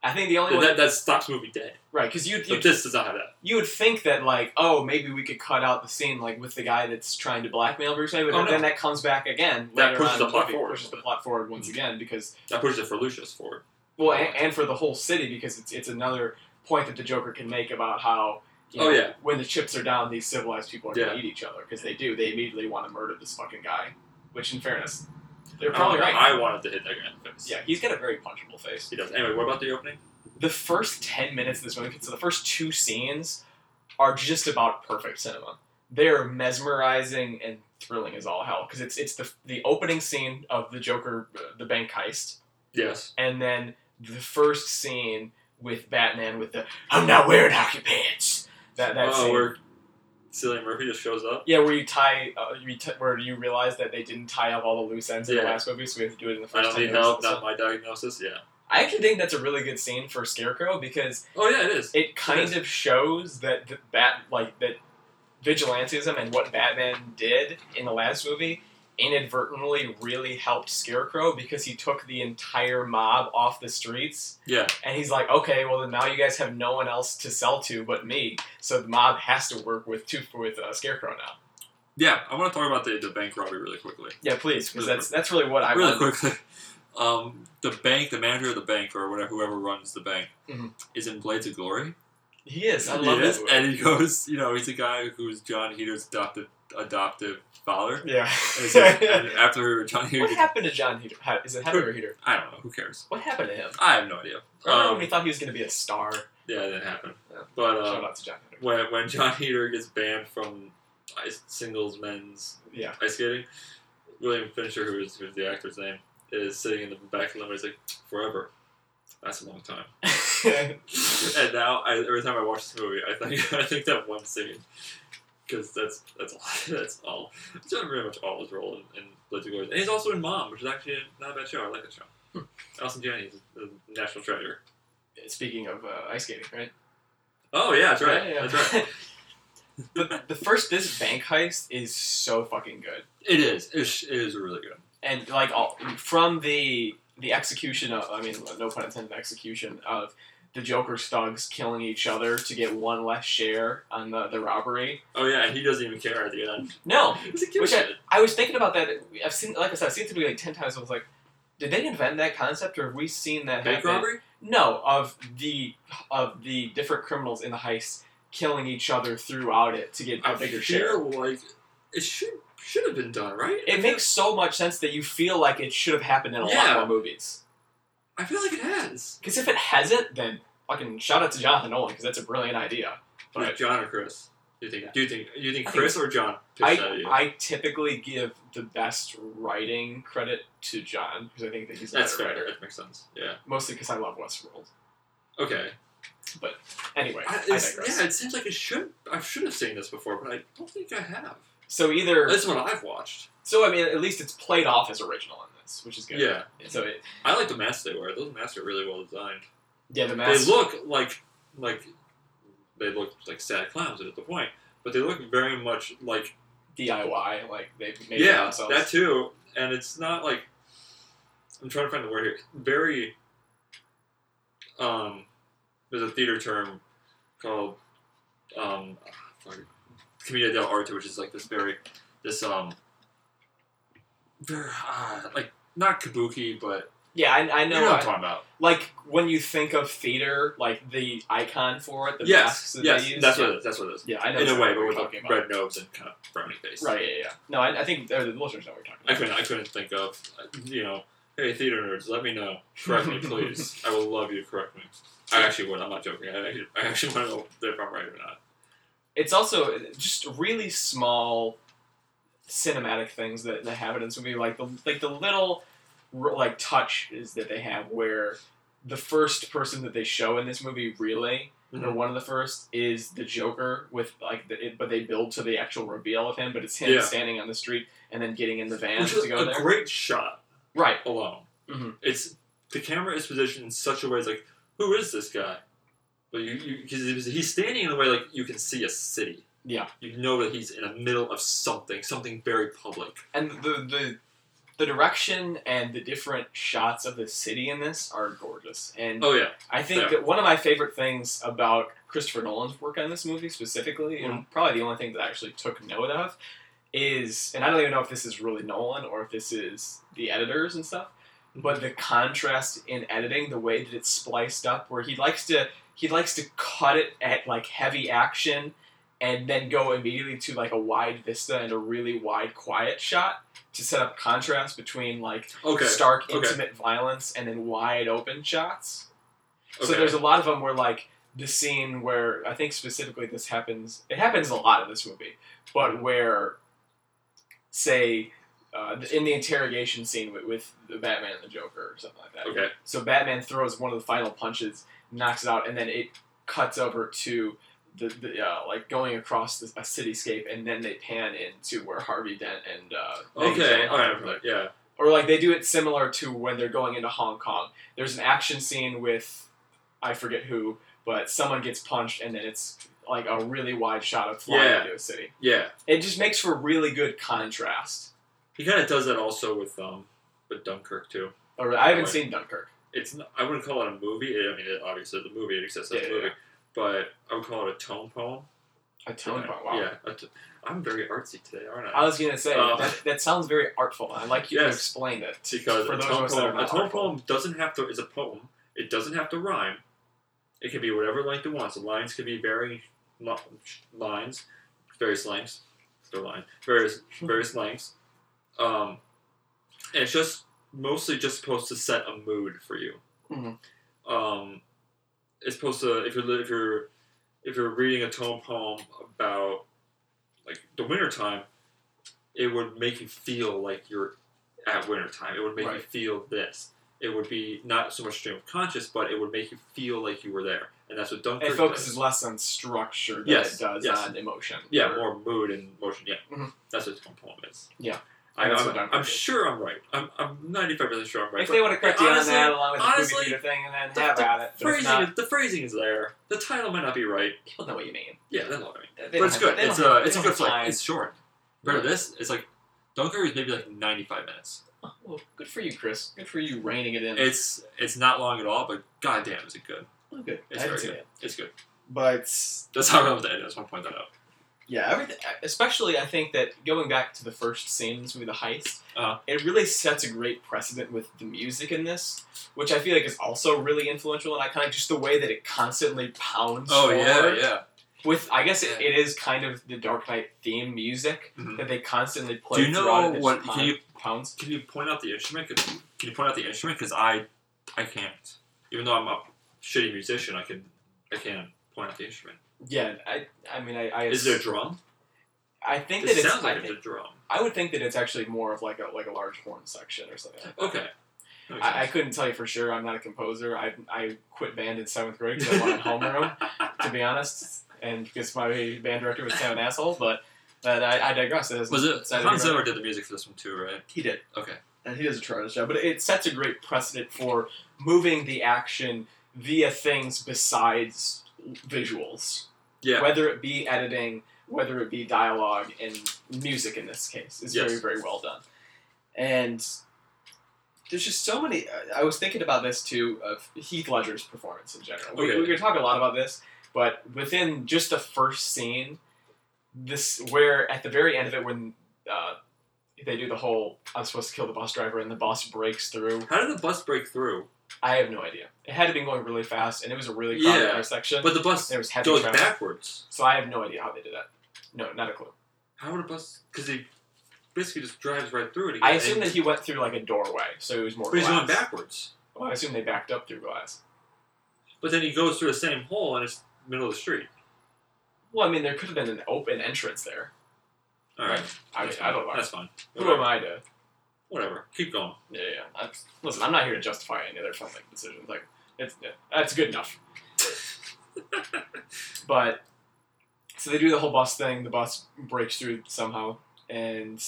S3: I think the only
S2: That,
S3: one
S2: that, that stops movie dead.
S3: right because you you
S2: But this does not have that.
S3: you would think that like oh maybe we could cut out the scene like with the guy that's trying to blackmail Bruce Wayne, but
S2: Oh, no.
S3: then that comes back again.
S2: That
S3: later
S2: pushes
S3: on
S2: the
S3: in
S2: plot
S3: movie,
S2: forward.
S3: Pushes the plot forward once again because
S2: That pushes it for Lucius forward.
S3: well, and, and for the whole city because it's it's another point that the Joker can make about how. You
S2: Oh,
S3: know,
S2: yeah.
S3: When the chips are down, these civilized people are going to
S2: Yeah.
S3: eat each other because they do. They immediately want to murder this fucking guy. Which, in fairness, they're
S2: I
S3: probably
S2: don't know,
S3: Oh, right.
S2: Oh, I wanted to hit that guy in the face.
S3: yeah, he's got a very punchable face.
S2: He does. Anyway, what about the opening?
S3: the first 10 minutes of this movie, so the first two scenes are just about perfect cinema. They're mesmerizing and thrilling as all hell because it's it's the the opening scene of the Joker uh, the bank heist
S2: Yes.
S3: and then the first scene with Batman with the I'm not wearing hockey pants. That that
S2: oh,
S3: scene.
S2: where Cillian Murphy just shows up.
S3: yeah, where you tie, uh, you t- where you realize that they didn't tie up all the loose ends in the
S2: Yeah.
S3: last movie, so we have to do it in the
S2: I
S3: first.
S2: don't
S3: 10
S2: need
S3: minutes
S2: help.
S3: also.
S2: Not my diagnosis. Yeah.
S3: I actually think that's a really good scene for Scarecrow because
S2: Oh yeah, it is.
S3: it kind
S2: Yes.
S3: of shows that the bat like that vigilantism and what Batman did in the last movie inadvertently really helped Scarecrow because he took the entire mob off the streets
S2: Yeah.
S3: and he's like, okay, well then now you guys have no one else to sell to but me, so the mob has to work with two with uh, Scarecrow now.
S2: Yeah. I want to talk about the, the bank robbery really quickly.
S3: Yeah, please, because that's that's really what I
S2: really
S3: want.
S2: quickly. Um, the bank, the manager of the bank, or whatever, whoever runs the bank,
S3: Mhm.
S2: is in Blades of Glory.
S3: He is. I love
S2: He is,
S3: this. movie.
S2: And he goes, you know, he's a guy who's John Heater's adopted adoptive father.
S3: Yeah.
S2: And he's like- and after John Heater,
S3: what happened to John Heater? How- Is it Heater or Heater?
S2: I don't know. Who cares?
S3: What happened to him?
S2: I have no idea.
S3: Remember
S2: Um,
S3: when we thought he was going to be a star?
S2: Yeah, that happened.
S3: Yeah.
S2: But
S3: Shout
S2: uh,
S3: out to John Heater.
S2: when when John Heater gets banned from ice singles men's
S3: Yeah.
S2: ice skating. William Fincher, who is who's the actor's name, is sitting in the back of the limo. He's like, "Forever, that's a long time." and now, I, every time I watch this movie, I think I think that one scene because that's that's all that's all. It's not very much all his role in, in Blades of Glory. And he's also in Mom, which is actually not a bad show. I like that show. Allison Janney is a national treasure.
S3: Speaking of uh, ice skating, right?
S2: Oh yeah, that's right.
S3: Yeah, yeah.
S2: That's right.
S3: But the first this bank heist is so fucking good.
S2: It is. It is, it is really good.
S3: and like all, from the the execution of I mean no pun intended execution of the Joker thugs killing each other to get one less share on the, the robbery.
S2: Oh yeah, and he doesn't even care at the end.
S3: No,
S2: He doesn't give a
S3: Which I-
S2: shit.
S3: I was thinking about that. I've seen like I said, I've seen it like ten times. I was like, did they invent that concept or have we seen that
S2: bank
S3: happen?
S2: robbery?
S3: No, of the of the different criminals in the heist killing each other throughout it to get a
S2: I
S3: bigger
S2: feel
S3: share.
S2: like it should should have been done right.
S3: It
S2: I feel-
S3: makes so much sense that you feel like it should have happened in a lot
S2: Yeah.
S3: more movies.
S2: I feel like it has.
S3: Because if it hasn't, then fucking shout out to Jonathan Nolan because that's a brilliant idea.
S2: But
S3: But
S2: John or Chris? Do you think? Do you think? Do you think
S3: I think-
S2: Chris or John uh, pitched that
S3: I,
S2: idea?
S3: I typically give the best writing credit to John because I think that he's a
S2: That's
S3: better
S2: fair.
S3: writer.
S2: That makes sense. Yeah.
S3: Mostly because I love Westworld.
S2: Okay.
S3: Anyway, I,
S2: I, Uh, it's,
S3: digress.
S2: yeah, it seems like it should. I should have seen this before, but I don't think I have.
S3: So either
S2: That's what I've watched.
S3: so I mean at least it's played off as original in this, which is good.
S2: Yeah.
S3: So it,
S2: I like the masks they wear. Those masks are really well designed.
S3: yeah, the mask.
S2: They look like like they look like sad clowns at the point, but they look very much like
S3: DIY like they made it
S2: yeah,
S3: themselves.
S2: that too. And it's not like I'm trying to find the word here. Very um, there's a theater term called um, fuck, commedia dell'arte, which is like this very this um, very uh, like not kabuki, but
S3: yeah, I, I
S2: you
S3: know.
S2: know what
S3: I-
S2: I'm talking about.
S3: like when you think of theater, like the icon for it, the masks
S2: Yes,
S3: that
S2: yes,
S3: they use.
S2: that's
S3: yeah.
S2: what it is. That's what it is.
S3: Yeah, I know.
S2: In a
S3: exactly
S2: way,
S3: what
S2: but
S3: you're
S2: with
S3: talking
S2: a
S3: about.
S2: red nose and kind of frowny face.
S3: Right. Yeah. Yeah. No, I, I think or the listeners know what you're talking
S2: I
S3: about.
S2: couldn't. I couldn't think of. You know, hey, theater nerds, let me know. Correct me, please. I would love you to correct me. I actually would. I'm not joking. I actually, I actually want to know if I'm right or not.
S3: It's also just really small cinematic things that, that happen in this movie, like the like the little r- like touch is that they have where the first person that they show in this movie really or
S2: Mhm.
S3: one of the first is the joker with like the, it, but they build to the actual reveal of him but it's him
S2: Yeah.
S3: standing on the street and then getting in the van
S2: Which is
S3: to go
S2: a
S3: there
S2: great shot
S3: right
S2: alone.
S3: Mhm.
S2: It's the camera is positioned in such a way. It's like, who is this guy? But you, you because he's standing in a way like you can see a city.
S3: Yeah.
S2: You know that he's in the middle of something, something very public.
S3: and the the the direction and the different shots of the city in this are gorgeous and
S2: Oh yeah,
S3: I think
S2: Yeah.
S3: that one of my favorite things about Christopher Nolan's work on this movie specifically,
S2: Mm.
S3: and probably the only thing that I actually took note of, is, and I don't even know if this is really Nolan or if this is the editors and stuff,
S2: Mm-hmm.
S3: but the contrast in editing, the way that it's spliced up, where he likes to he likes to cut it at like heavy action and then go immediately to like a wide vista and a really wide quiet shot to set up contrast between like
S2: okay.
S3: stark
S2: okay.
S3: intimate violence and then wide open shots. So
S2: Okay.
S3: there's a lot of them where like the scene where I think specifically this happens. It happens a lot in this movie,
S2: Mm-hmm.
S3: but where say uh, in the interrogation scene with, with the Batman and the Joker or something like that.
S2: okay.
S3: So Batman throws one of the final punches, knocks it out, and then it cuts over to the, the uh, like going across the, a cityscape, and then they pan into where Harvey Dent and uh, Maggie
S2: Okay.
S3: Gyllenhaal
S2: All
S3: are.
S2: right. Yeah.
S3: Or like they do it similar to when they're going into Hong Kong. There's an action scene with I forget who, but someone gets punched and then it's like a really wide shot of flying
S2: Yeah.
S3: into a city.
S2: Yeah.
S3: It just makes for really good contrast.
S2: He kind of does that also with um, with Dunkirk too.
S3: Or I haven't
S2: Right.
S3: seen Dunkirk.
S2: It's not, I wouldn't call it a movie. I mean, it, obviously the movie it exists as
S3: Yeah,
S2: a
S3: yeah,
S2: movie,
S3: yeah.
S2: but I would call it a tone poem.
S3: A tone
S2: yeah.
S3: poem. Wow.
S2: Yeah, a t- I'm very artsy today, aren't I?
S3: I was gonna say
S2: Uh,
S3: that, that sounds very artful. I like you
S2: Yes.
S3: explained it.
S2: because
S3: for
S2: a
S3: those
S2: tone
S3: of us that are
S2: poem, a
S3: not
S2: tone
S3: artful.
S2: poem doesn't have to. It's a poem. It doesn't have to rhyme. It can be whatever length it wants. The lines can be varying li- lines, various lengths. They're lines, various various lengths. Um, and it's just mostly just supposed to set a mood for you.
S3: Mhm.
S1: Mm-hmm.
S2: Um, it's supposed to if you're li- if you're if you're reading a tone poem about like the wintertime, it would make you feel like you're at wintertime. It would make you
S1: Right.
S2: feel this. It would be not so much stream of conscious, but it would make you feel like you were there, and that's what Dunkirk
S1: It focuses
S2: does.
S1: less on structure than
S2: Yes,
S1: it does
S2: yes.
S1: on emotion.
S2: Yeah,
S1: Or-
S2: more mood and motion. Yeah,
S1: Mhm.
S2: that's what Component is.
S1: Yeah.
S2: I,
S1: That's
S2: I'm,
S1: what Dunkirk
S2: I'm
S1: is.
S2: sure I'm right. I'm, I'm 95% sure I'm right.
S3: If
S2: but
S3: they want to correct
S2: yeah,
S3: you on
S2: honestly,
S3: that along with the
S2: honestly,
S3: movie theater thing, and then
S2: the-
S3: have
S2: the
S3: at it. but it's
S2: phrasing
S3: not-
S2: is, the phrasing is there. The title might not be right.
S1: People know what you mean.
S2: Yeah, that's what I mean.
S3: They
S2: but
S3: don't
S2: it's
S3: have-
S2: good.
S3: they don't
S2: It's
S3: have-
S2: a
S3: they
S2: it's a
S3: don't
S2: good
S3: have
S2: flick.
S3: time.
S2: It's short. Compared to this, it's like Dunkirk is maybe like 95 minutes.
S1: Oh, well, good for you, Chris. Good for you reining it in.
S2: It's it's not long at all, but goddamn, is it good?
S1: Oh, good.
S2: It's
S1: I
S2: very
S1: didn't see
S2: good.
S1: it.
S2: It's good.
S3: But
S2: That's how I went with that. I just want to point that out.
S3: Yeah, everything. Especially, I think that going back to the first scene in this movie, the heist,
S2: Uh-huh.
S3: it really sets a great precedent with the music in this, which I feel like is also really influential and iconic. Just the way that it constantly pounds.
S2: Oh yeah,
S3: forward
S2: yeah.
S3: With I guess it, it is kind of the Dark Knight theme music
S2: Mhm.
S3: that they constantly play.
S2: Do you
S3: throughout it
S2: know
S3: and it
S2: what?
S3: just pound-
S2: Can you
S3: pounds?
S2: can you point out the instrument? Can, can you point out the instrument? Because I I can't. Even though I'm a shitty musician, I can I can point out the instrument.
S3: Yeah, I I mean I I,
S2: Is there a drum?
S3: I think
S2: it
S3: that it's
S2: sounds
S3: I,
S2: like
S3: think,
S2: it's a drum.
S3: I would think that it's actually more of like a like a large horn section or something.
S2: Okay. That makes
S3: I, I
S2: sense.
S3: couldn't tell you for sure. I'm not a composer. I, I quit band in seventh grade because I wanted homeroom, to be honest, and because my band director was kind of an asshole. But but I, I digress. That has-
S2: was it
S3: that
S2: Hans
S3: a-
S2: Zimmer did the music for this one too, right?
S3: He did.
S2: Okay.
S3: And he does a tremendous job. But it sets a great precedent for moving the action via things besides visuals,
S2: Yeah.
S3: whether it be editing, whether it be dialogue, and music in this case is very
S2: Yes.
S3: very well done. And there's just so many. I- I was thinking about this too of Heath Ledger's performance in general. We,
S2: Okay.
S3: We're gonna talk a lot about this, but within just the first scene, this where at the very end of it when uh, they do the whole "I'm supposed to kill the bus driver" and the bus breaks through.
S2: How did the bus break through?
S3: I have no idea. It had to be going really fast, and it was a really crowded
S2: Yeah,
S3: intersection.
S2: But the bus
S3: there was heavy
S2: goes
S3: traffic,
S2: backwards.
S3: so I have no idea how they did that. No, not a clue.
S2: How would a bus? Because he basically just drives right through it. Again,
S3: I assume
S2: and-
S3: that he went through like a doorway, so it was more.
S2: But he's going
S3: glass.
S2: backwards.
S3: Well, I assume they backed up through glass.
S2: But then he goes through the same hole and it's middle of the street.
S3: Well, I mean, there could have been an open entrance there.
S2: All right.
S3: I,
S2: That's
S3: I
S2: fine.
S3: don't know.
S2: That's fine.
S3: Who am
S2: Whatever.
S3: I to?
S2: Whatever. Keep going.
S3: Yeah, yeah. yeah. I'm, listen, I'm not here to justify any of their filmmaking decisions. Like, it's that's good enough. but so they do the whole bus thing. The bus breaks through somehow, and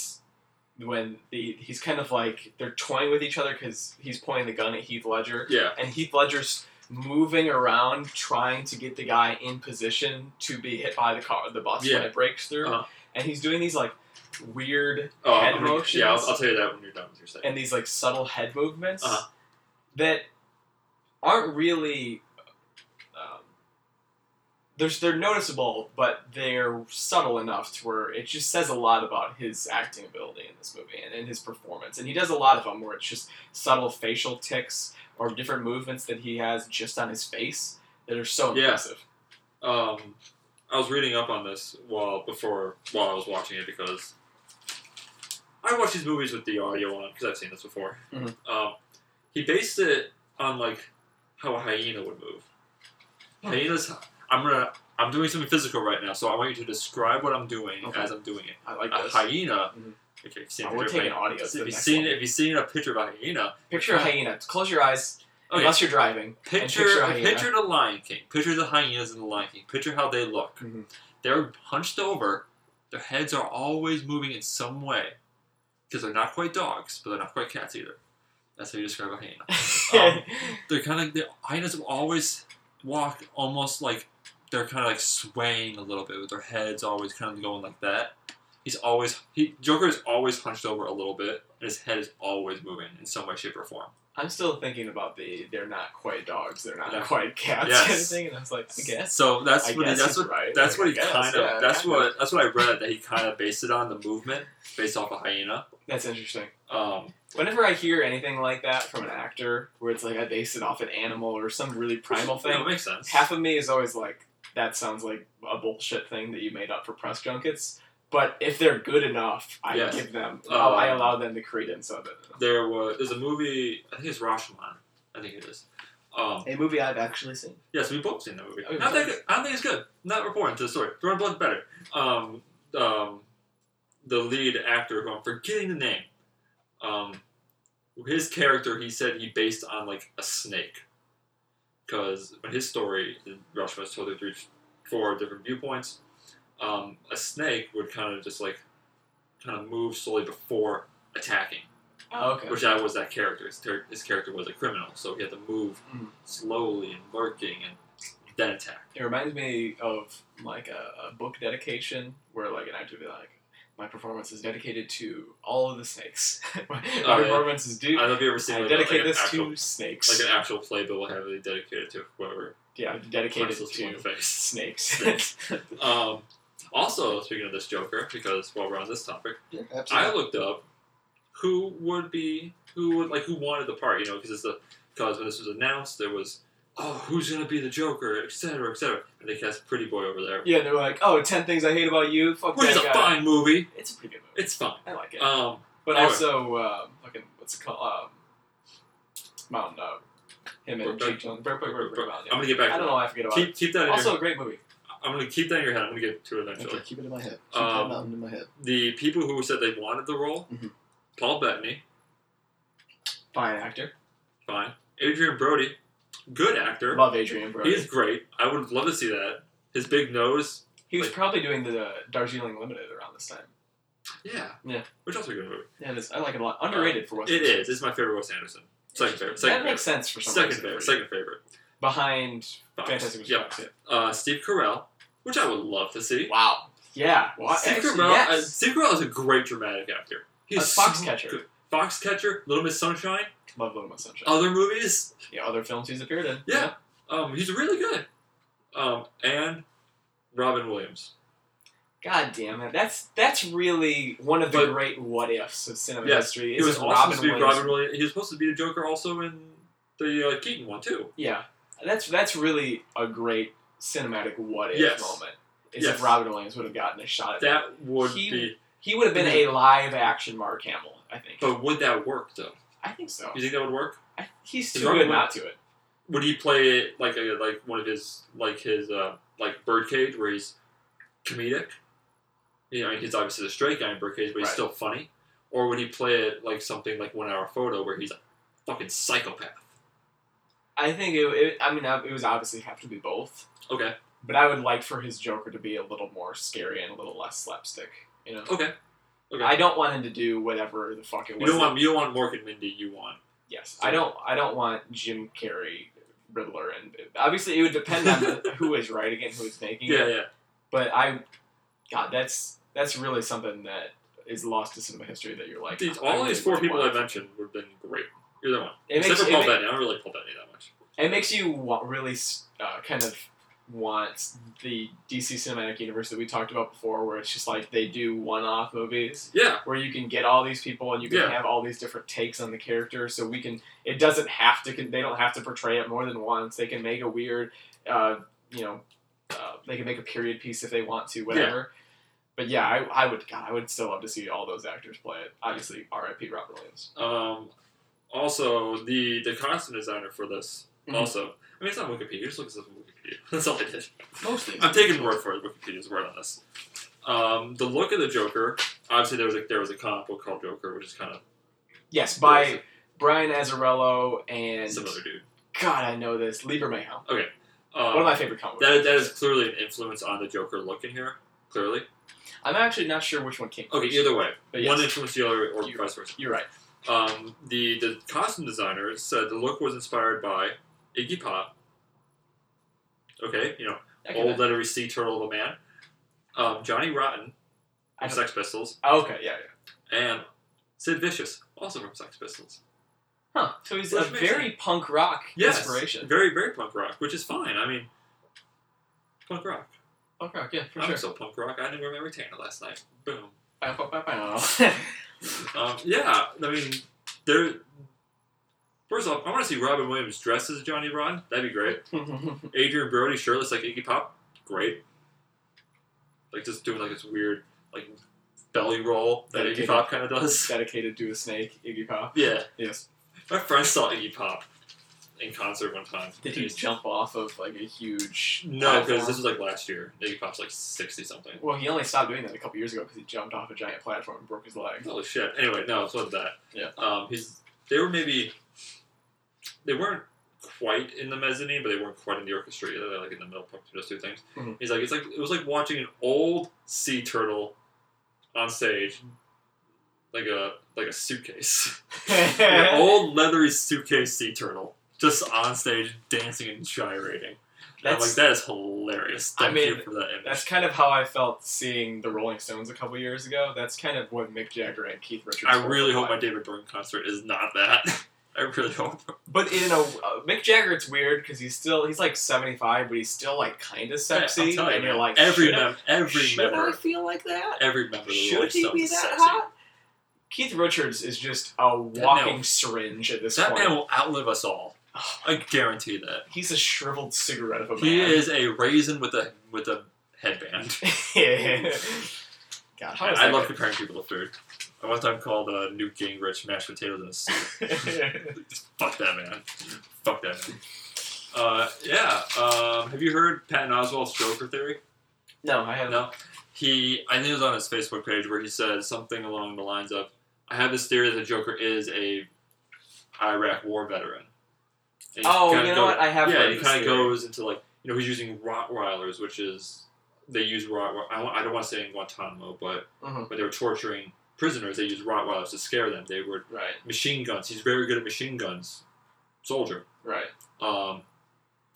S3: when the he's kind of like they're toying with each other because he's pointing the gun at Heath Ledger,
S2: Yeah.
S3: and Heath Ledger's moving around trying to get the guy in position to be hit by the car, the bus
S2: Yeah.
S3: when it breaks through,
S2: Uh-huh.
S3: and he's doing these like weird
S2: Oh,
S3: head
S2: I'm gonna-
S3: motions
S2: yeah, I'll, I'll tell you that when you're done with your second.
S3: and these like subtle head movements
S2: Uh-huh.
S3: that aren't really um, there's they're noticeable, but they're subtle enough to where it just says a lot about his acting ability in this movie and in his performance. And he does a lot of them where it's just subtle facial ticks or different movements that he has just on his face that are so
S2: Yeah.
S3: impressive.
S2: Um, I was reading up on this while before while I was watching it because I watch these movies with the audio on because I've seen this before.
S3: Mhm.
S2: Um, he based it on like how a hyena would move.
S3: Hmm.
S2: Hyenas. I'm gonna. I'm doing something physical right now, so I want you to describe what I'm doing
S3: Okay.
S2: as I'm doing it.
S3: I like
S2: A
S3: this.
S2: hyena.
S3: Mhm.
S2: Okay, you've seen a
S3: Oh, we're
S2: picture of
S3: taking
S2: a hyena-
S3: audio to
S2: If
S3: the
S2: you've
S3: next
S2: seen
S3: one.
S2: if you've seen a picture of a hyena,
S3: Picture a hyena. Close your eyes
S2: okay,
S3: unless you're driving.
S2: Picture,
S3: picture a hyena.
S2: picture the Lion King. Picture the hyenas in the Lion King. Picture how they look.
S3: Mhm.
S2: They're hunched over. Their heads are always moving in some way because they're not quite dogs, but they're not quite cats either. That's how you describe a hyena. Um, They're kind of the hyenas always walk almost like they're kind of like swaying a little bit with their heads always kind of going like that. He's always he Joker is always hunched over a little bit, and his head is always moving in some way, shape, or form.
S3: I'm still thinking about the they're not quite dogs, they're not
S2: Yeah.
S3: quite cats
S2: Yes.
S3: kind of thing, and I was like, I guess.
S2: So that's
S3: I
S2: what he,
S3: guess
S2: that's
S3: he's
S2: what
S3: right. Like,
S2: That's what
S3: I
S2: he
S3: guess,
S2: kind of.
S3: yeah,
S2: that's
S3: kind
S2: what.
S3: of.
S2: That's what I read that he kind of based it on the movement based off a hyena.
S3: That's interesting.
S2: Um,
S3: Whenever I hear anything like that from an actor, where it's like I based it off an animal or some really primal
S2: yeah, it
S3: thing,
S2: makes sense.
S3: half of me is always like, that sounds like a bullshit thing that you made up for press junkets. But if they're good enough, I
S2: Yes.
S3: give them.
S2: Um,
S3: I allow them the credence of it.
S2: there was there's a movie. I think it's Rashomon. I think it is. Um,
S3: A movie I've actually seen.
S2: yes, we both seen that movie.
S3: Oh,
S2: Not that
S3: yeah.
S2: good. I don't think it's good. Not important to the story. Jordan Blood's better. Um, um, the lead actor, who I'm forgetting the name, um, his character, he said he based on like a snake, because his story, Rushman is told through four different viewpoints. Um, a snake would kind of just like kind of move slowly before attacking
S3: Oh, okay.
S2: which that was that character. His, ter- his character was a criminal, so he had to move
S3: Mm.
S2: slowly and lurking and then attack.
S3: It reminds me of like a, a book dedication where like an actor would be like, my performance is dedicated to all of the snakes. my
S2: Oh, yeah.
S3: performance is
S2: I
S3: due.
S2: don't know if you ever seen
S3: I
S2: like, a-
S3: dedicate
S2: like
S3: this
S2: an actual,
S3: to snakes.
S2: like an actual playbill will have it dedicated to whoever
S3: yeah, dedicated
S2: punches someone in
S3: to
S2: the face.
S3: snakes.
S2: Snakes. Um, also, speaking of this Joker, because while we're on this topic,
S1: Yeah,
S2: I looked up who would be who would like who wanted the part, you know, because it's the because when this was announced, there was oh who's gonna be the Joker, etc., etc., and they cast Pretty Boy over there,
S3: yeah, they're like, oh, 10 things I hate about you. Fuck
S2: which
S3: that
S2: is a
S3: guy.
S2: fine movie.
S3: It's a pretty good movie.
S2: It's fine.
S3: I like it.
S2: Um,
S3: But
S2: Anyway.
S3: also, um, fucking, what's it called? Um, Mountain Dog. Him and
S2: Brokeback-
S3: Jake Jones. Brokeback- Brokeback
S2: Brokeback-
S3: Mountain,
S2: I'm gonna get
S3: yeah.
S2: back
S3: I
S2: to
S3: don't know why I forget
S2: that.
S3: about
S2: Keep, keep that
S3: it.
S2: in your
S3: Also, a great movie.
S2: I'm gonna keep that in your head. I'm gonna get to it eventually.
S1: Okay, keep it in my head. Keep
S2: Um,
S1: that mountain in my head.
S2: The people who said they wanted the role:
S3: Mm-hmm.
S1: Mhm.
S2: Paul Bettany,
S3: Fine actor.
S2: fine. Adrian Brody, good actor.
S3: Love Adrian Brody.
S2: He's great. I would love to see that. His big nose.
S3: he was
S2: like-
S3: probably doing the Darjeeling Limited around this time.
S2: Yeah.
S3: Yeah.
S2: Which also a good movie.
S3: Yeah, it is. I like it a lot. Underrated for what
S2: It is. It's my favorite Wes Anderson. Second favorite. Second
S3: That
S2: favorite.
S3: makes sense for some
S2: second
S3: reason.
S2: favorite. Second favorite.
S3: Behind
S2: Fox.
S3: Fantastic Mr.
S2: Yep.
S3: Fox. yeah.
S2: Uh, Steve Carell, which I would love to see.
S3: Wow. Yeah. Well,
S2: Steve
S3: actually,
S2: Carell. uh,
S3: yes.
S2: Steve Carell is a great dramatic actor. He's
S3: A fox
S2: so
S3: catcher.
S2: good. Foxcatcher, Little Miss Sunshine,
S3: Love Little Miss Sunshine.
S2: other movies.
S3: yeah, other films he's appeared in.
S2: Oh. Yeah. Um, he's really good. Um, and Robin Williams.
S3: God damn it! That's that's really one of the
S2: But-
S3: great what ifs of cinema
S2: Yes,
S3: history.
S2: He
S3: is
S2: was
S3: Robin
S2: also supposed to be
S3: Williams.
S2: Robin Williams. He was supposed to be the Joker also in the uh, Keaton one too.
S3: Yeah, that's that's really a great cinematic what if
S2: Yes.
S3: moment. Is
S2: Yes.
S3: if Robin Williams would have gotten a shot at that. Mm-hmm.
S2: That would
S3: He-
S2: be.
S3: He would have been a live action Mark Hamill, I think.
S2: But would that work though?
S3: I Oh. think so.
S2: You think that would work?
S3: I, he's
S2: Is
S3: too
S2: Robin
S3: good not to it.
S2: Would he play it like a, like one of his like his uh, like Birdcage where he's comedic? You know, and he's obviously the straight guy in Birdcage, but he's
S3: Right.
S2: still funny. Or would he play it like something like One Hour Photo where he's a fucking psychopath?
S3: I think it. it I mean, uh, it was obviously have to be both.
S2: Okay.
S3: But I would like for his Joker to be a little more scary and a little less slapstick. You know.
S2: Okay. Okay.
S3: I don't want him to do whatever the fuck it was.
S2: you don't
S3: that-
S2: want you don't want Mork and Mindy. You want
S3: Yes, I don't. I don't want Jim Carrey, Riddler, and obviously it would depend on the, who is writing it, and who is making
S2: yeah
S3: it.
S2: yeah.
S3: But I, God, that's that's really something that is lost to cinema history. That you're like,
S2: These,
S3: I
S2: all
S3: really
S2: these four
S3: would
S2: people I
S3: want-
S2: mentioned would have been great. Either one.
S3: It
S2: Except
S3: makes
S2: for
S3: it,
S2: Paul
S3: ma-
S2: Bettany. I don't really like Paul Bettany that much.
S3: it makes you wa- really uh, kind of want the DC cinematic universe that we talked about before, where it's just like they do one-off movies.
S2: Yeah.
S3: where you can get all these people and you can
S2: Yeah.
S3: have all these different takes on the character. So we can. It doesn't have to. They don't have to portray it more than once. They can make a weird, uh, you know, uh, they can make a period piece if they want to, whatever. But yeah, I, I would. God, I would still love to see all those actors play it. Obviously, R.I.P. Robert Williams.
S2: Um, also, the the costume designer for this
S3: Mhm.
S2: also. I mean, it's not Wikipedia. Just look at this on Wikipedia. That's all I did.
S3: Mostly.
S2: I'm taking word for it. Wikipedia's word on this. Um, the look of the Joker. Obviously, there was a, there was a comic book called Joker, which is kind of
S3: Yes, by Brian Azzarello and
S2: similar dude.
S3: God, I know this Liebermayhow.
S2: Um,
S3: One of my favorite comic. book
S2: that that is
S3: characters.
S2: clearly an influence on the Joker look in here. Clearly.
S3: I'm actually not sure which one came.
S2: Okay.
S3: first,
S2: Either way,
S3: but yes,
S2: one influenced the other, or
S3: You-
S2: vice versa.
S3: you're right.
S2: Um, the, the costume designer said the look was inspired by Iggy Pop. Okay, you know,
S3: I can-
S2: old lettery sea turtle of a man. Um, Johnny Rotten
S3: I
S2: from
S3: don't-
S2: Sex Pistols.
S3: okay, yeah, yeah.
S2: And Sid Vicious, also from Sex Pistols.
S3: Huh. So he's
S2: Which
S3: a
S2: makes
S3: very punk rock
S2: Yes.
S3: inspiration.
S2: Very, very punk rock, which is fine. I mean, punk rock.
S3: Punk rock, yeah, for
S2: I'm
S3: sure.
S2: so punk rock. I didn't wear my retainer last night. Boom.
S3: Bow, bow, bow, bow.
S2: Um, yeah, I mean, there. First off, I want to see Robin Williams dressed as Johnny Rotten. That'd be great. Adrian Brody shirtless like Iggy Pop, great. Like just doing like this weird like belly roll that Iggy
S3: Dedicated.
S2: Pop kind of does.
S3: Dedicated to a snake, Iggy Pop.
S2: Yeah,
S3: Yes.
S2: my friend saw Iggy Pop, in concert one time.
S3: Did he
S2: He's-
S3: jump off of like a huge?
S2: No, because
S3: platform?
S2: this was like last year. Iggy Pop's like sixty something.
S3: Well, he only stopped doing that a couple years ago because he jumped off a giant platform and broke his leg.
S2: Holy shit. Anyway, no, so that.
S3: Yeah.
S2: Um, he's they were maybe they weren't quite in the mezzanine, but they weren't quite in the orchestra either. They're like in the middle part between those two things.
S3: Mhm.
S2: He's like it's like it was like watching an old sea turtle on stage. Like a like a suitcase. an old leathery suitcase sea turtle. Just on stage dancing and gyrating. And I'm like,
S3: That's-
S2: that is hilarious.
S3: I
S2: Thank you
S3: mean,
S2: for that image.
S3: That's kind of how I felt seeing the Rolling Stones a couple years ago. That's kind of what Mick Jagger and Keith Richards.
S2: I
S3: were
S2: really hope
S3: like.
S2: my David Byrne concert is not that. I really hope.
S3: But in a uh, Mick Jagger, it's weird because he's still he's like seventy five, but he's still like kind of
S2: I'm
S3: sexy,
S2: telling you,
S3: and you're
S2: man,
S3: like
S2: every
S3: should I-
S2: mem- every
S3: should I
S2: member,
S3: feel like that?
S2: every member of the Rolling
S3: Should he
S2: Stones
S3: be that
S2: is sexy.
S3: hot? Keith Richards is just a walking
S2: man-
S3: syringe at this
S2: That
S3: point.
S2: man will outlive us all.
S3: Oh,
S2: I guarantee that.
S3: he's a shriveled cigarette of a
S2: He
S3: man.
S2: is a raisin with a with a headband.
S3: God, how is
S2: I
S3: that
S2: love
S3: good?
S2: comparing people to food. I one time called uh, Newt Gingrich mashed potatoes in a soup. Fuck that man. Fuck that man. Uh, yeah. Um, have you heard Patton Oswald's Joker theory?
S3: no, I haven't.
S2: No. He, I think it was on his Facebook page where he said something along the lines of, "I have this theory that the Joker is a Iraq War veteran." And he
S3: Oh,
S2: kinda
S3: you know
S2: go-
S3: what? I have.
S2: yeah,
S3: heard
S2: he
S3: this
S2: kind of
S3: theory.
S2: goes into like, you know, he's using Rottweilers, which is they use Rottweilers. I, don't- I don't want to say in Guantanamo, but
S3: Mhm.
S2: but they were torturing prisoners. They used Rottweilers to scare them. They were
S3: right,
S2: machine guns. He's very good at machine guns. Soldier.
S3: right.
S2: Um,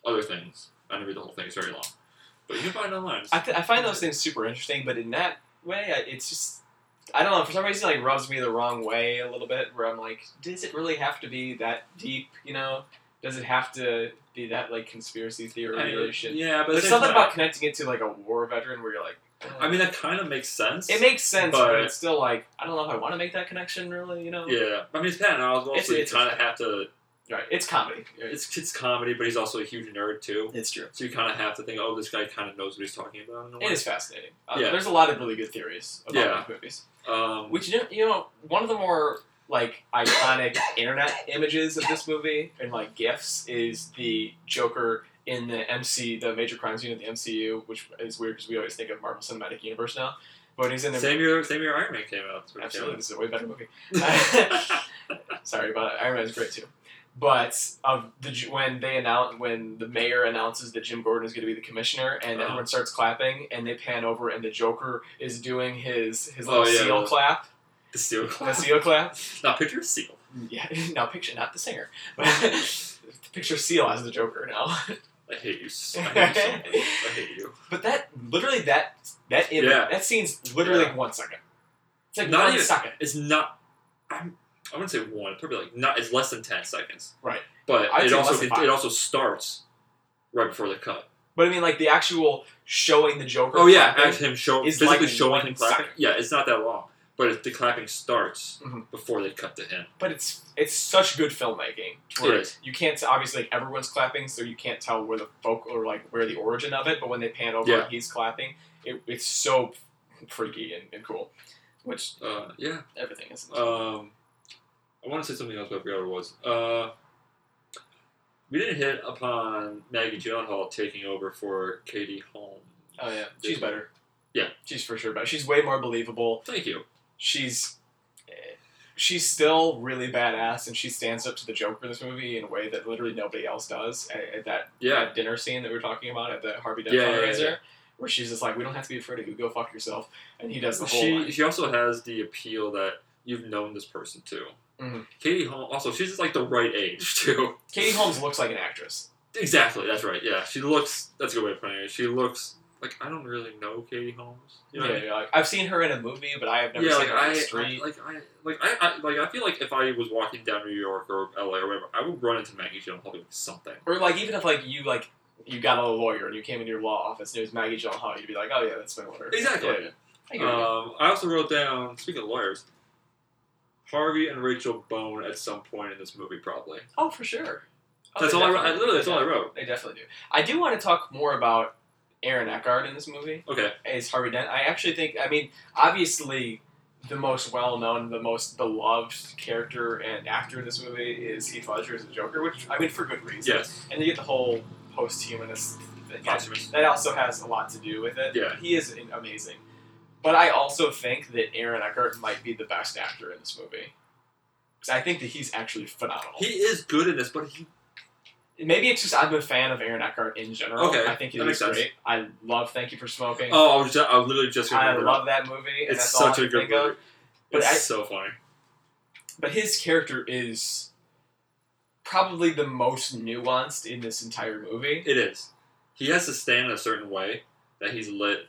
S2: other things. I didn't read the whole thing. It's very long, but you can find it online.
S3: I, th- I find those things super interesting, but in that way, I, it's just I don't know. For some reason, it, like rubs me the wrong way a little bit. Where I'm like, does it really have to be that deep? You know, does it have to be that like conspiracy theory
S2: I-
S3: really shit?
S2: yeah, but at the
S3: There's
S2: same
S3: something
S2: time-
S3: about connecting it to like a war veteran where you're like, uh,
S2: I mean, that kind of makes sense.
S3: it makes sense, but,
S2: but-
S3: it's still like I don't know if I want to make that connection. Really, you know,
S2: yeah, I mean, it's Patton Oswalt,
S3: It's-
S2: so you
S3: it's-
S2: kind of have to.
S3: right? It's comedy.
S2: It's it's comedy, but he's also a huge nerd too.
S3: it's true.
S2: So you kind of have to think, oh, this guy kind of knows what he's talking about. In a way.
S3: It is fascinating. Uh,
S2: Yeah.
S3: There's a lot of really good theories about
S2: Yeah.
S3: these movies.
S2: Um,
S3: Which you know, you know, one of the more like iconic internet images of this movie and like gifs is the Joker in the MC, the Major Crimes Unit, the MCU, which is weird because we always think of Marvel Cinematic Universe now, but when he's in the
S2: same year, same year Iron Man came out. that's what it
S3: absolutely this is a way better movie.
S2: came out.
S3: Sorry, but Iron Man is great too. But of the J- when they announce when the mayor announces that Jim Gordon is going to be the commissioner and
S2: Oh.
S3: everyone starts clapping and they pan over and the Joker is doing his his
S2: Oh,
S3: little
S2: yeah.
S3: seal clap,
S2: the Seal.
S3: the seal clap.
S2: now picture Seal.
S3: Yeah, now picture not the singer, but picture Seal as the Joker now.
S2: I hate you. s- I hate you. so much. I hate you.
S3: But that literally that that image,
S2: Yeah.
S3: that scene's literally
S2: Yeah.
S3: like one second. It's like
S2: Not
S3: one
S2: even-
S3: second.
S2: It's not. I'm. I wouldn't say one. Probably like not. It's less than ten seconds.
S3: Right.
S2: But
S3: I'd
S2: it
S3: say
S2: also
S3: less than
S2: can-
S3: five.
S2: it also starts right before the cut.
S3: But I mean, like the actual showing the Joker.
S2: Oh yeah,
S3: clapping,
S2: actually him show,
S3: is
S2: physically
S3: like
S2: showing
S3: one
S2: him clapping.
S3: second.
S2: Yeah, it's not that long, but it, the clapping starts
S3: Mhm.
S2: before they cut to him.
S3: but it's it's such good filmmaking.
S2: It
S3: Where
S2: is.
S3: You can't obviously like everyone's clapping, so you can't tell where the folk or like where the origin of it. But when they pan over,
S2: Yeah.
S3: and he's clapping. It, it's so freaky and, and cool, which
S2: Uh, yeah.
S3: everything is.
S2: Um, I want to say something else, but I forgot what it was. Uh, we didn't hit upon Maggie Gyllenhaal taking over for Katie Holmes.
S3: Oh yeah, she's better.
S2: Yeah.
S3: she's for sure better. She's way more believable.
S2: Thank you.
S3: She's eh, she's still really badass, and she stands up to the Joker in this movie in a way that literally nobody else does. At, at that,
S2: Yeah.
S3: that dinner scene that we were talking about at the Harvey Dent
S2: Yeah, yeah,
S3: fundraiser,
S2: yeah.
S3: where she's just like, "We don't have to be afraid of you. Go fuck yourself," and he does the whole.
S2: She
S3: line.
S2: she also has the appeal that you've known this person too.
S3: Mhm.
S2: Katie Holmes also she's just like the right age too.
S3: Katie Holmes looks like an actress.
S2: Exactly, that's right. Yeah, she looks. That's a good way of putting it. She looks like I don't really know Katie Holmes. You know
S3: yeah,
S2: what I mean?
S3: you're like, I've seen her in a movie, but I have never
S2: yeah,
S3: seen
S2: like
S3: her on
S2: I,
S3: the
S2: I,
S3: street.
S2: like I, like I, I, like I feel like if I was walking down New York or LA or whatever, I would run into Maggie Gyllenhaal doing something.
S3: or like even if like you like you got a lawyer and you came into your law office and it was Maggie Gyllenhaal, you'd be like, "Oh yeah, that's my lawyer."
S2: Exactly.
S3: Yeah, yeah. I get it.
S2: Um, I also wrote down. Speaking of lawyers, Harvey and Rachel Bone at some point in this movie, probably.
S3: Oh, for sure. Oh,
S2: that's
S3: they
S2: all I wrote. I,
S3: definitely-
S2: literally, that's all I wrote.
S3: They definitely do. I do want to talk more about Aaron Eckhart in this movie
S2: Okay.
S3: as Harvey Dent. I actually think, I mean, obviously the most well known, the most beloved character and actor in this movie is Heath Ledger as the Joker, which I mean for good reason.
S2: Yes.
S3: And you get the whole post-humanist thing.
S2: Posthumous.
S3: That also has a lot to do with it.
S2: Yeah.
S3: He is an- amazing. But I also think that Aaron Eckhart might be the best actor in this movie. Because I think that he's actually phenomenal.
S2: He is good in this, but he
S3: Maybe it's just I'm a fan of Aaron Eckhart in general.
S2: Okay,
S3: I think he's
S2: that makes
S3: great.
S2: sense.
S3: I love Thank You for Smoking.
S2: Oh, I was, just, I was literally just.
S3: I
S2: remembered
S3: love that movie.
S2: it.
S3: and
S2: It's
S3: that's all I
S2: such a
S3: can
S2: good
S3: think of.
S2: movie.
S3: But
S2: it's
S3: I-
S2: so funny.
S3: but his character is probably the most nuanced in this entire movie.
S2: It is. He has to stand in a certain way that he's lit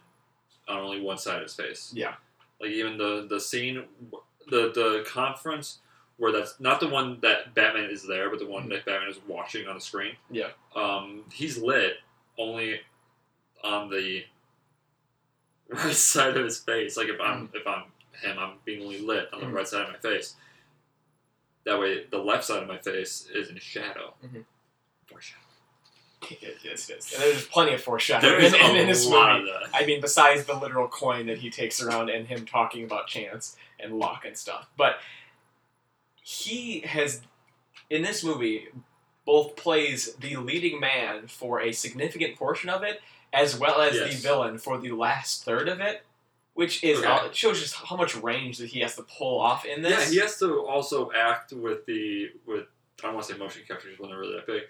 S2: on only one side of his face.
S3: Yeah.
S2: Like even the the scene, the the conference where that's not the one that Batman is there, but the one that Batman is watching on the screen.
S3: Mm-hmm. Yeah.
S2: Um, he's lit only on the right side of his face. Like if
S3: Mm.
S2: I'm if I'm him, I'm being only lit on the
S3: Mhm.
S2: right side of my face. That way, the left side of my face is in shadow.
S3: Mhm.
S2: Foreshadow.
S3: Yes, yes. And there's plenty of foreshadowing
S2: There is
S3: in, in,
S2: a
S3: in this
S2: lot
S3: movie.
S2: of that.
S3: I mean, besides the literal coin that he takes around and him talking about chance and luck and stuff. But he has, in this movie, both plays the leading man for a significant portion of it, as well as
S2: Yes.
S3: the villain for the last third of it, which is
S2: Okay.
S3: all, it shows just how much range that he has to pull off in this.
S2: Yeah, he has to also act with the with I don't want to say motion capture because it wasn't really that big.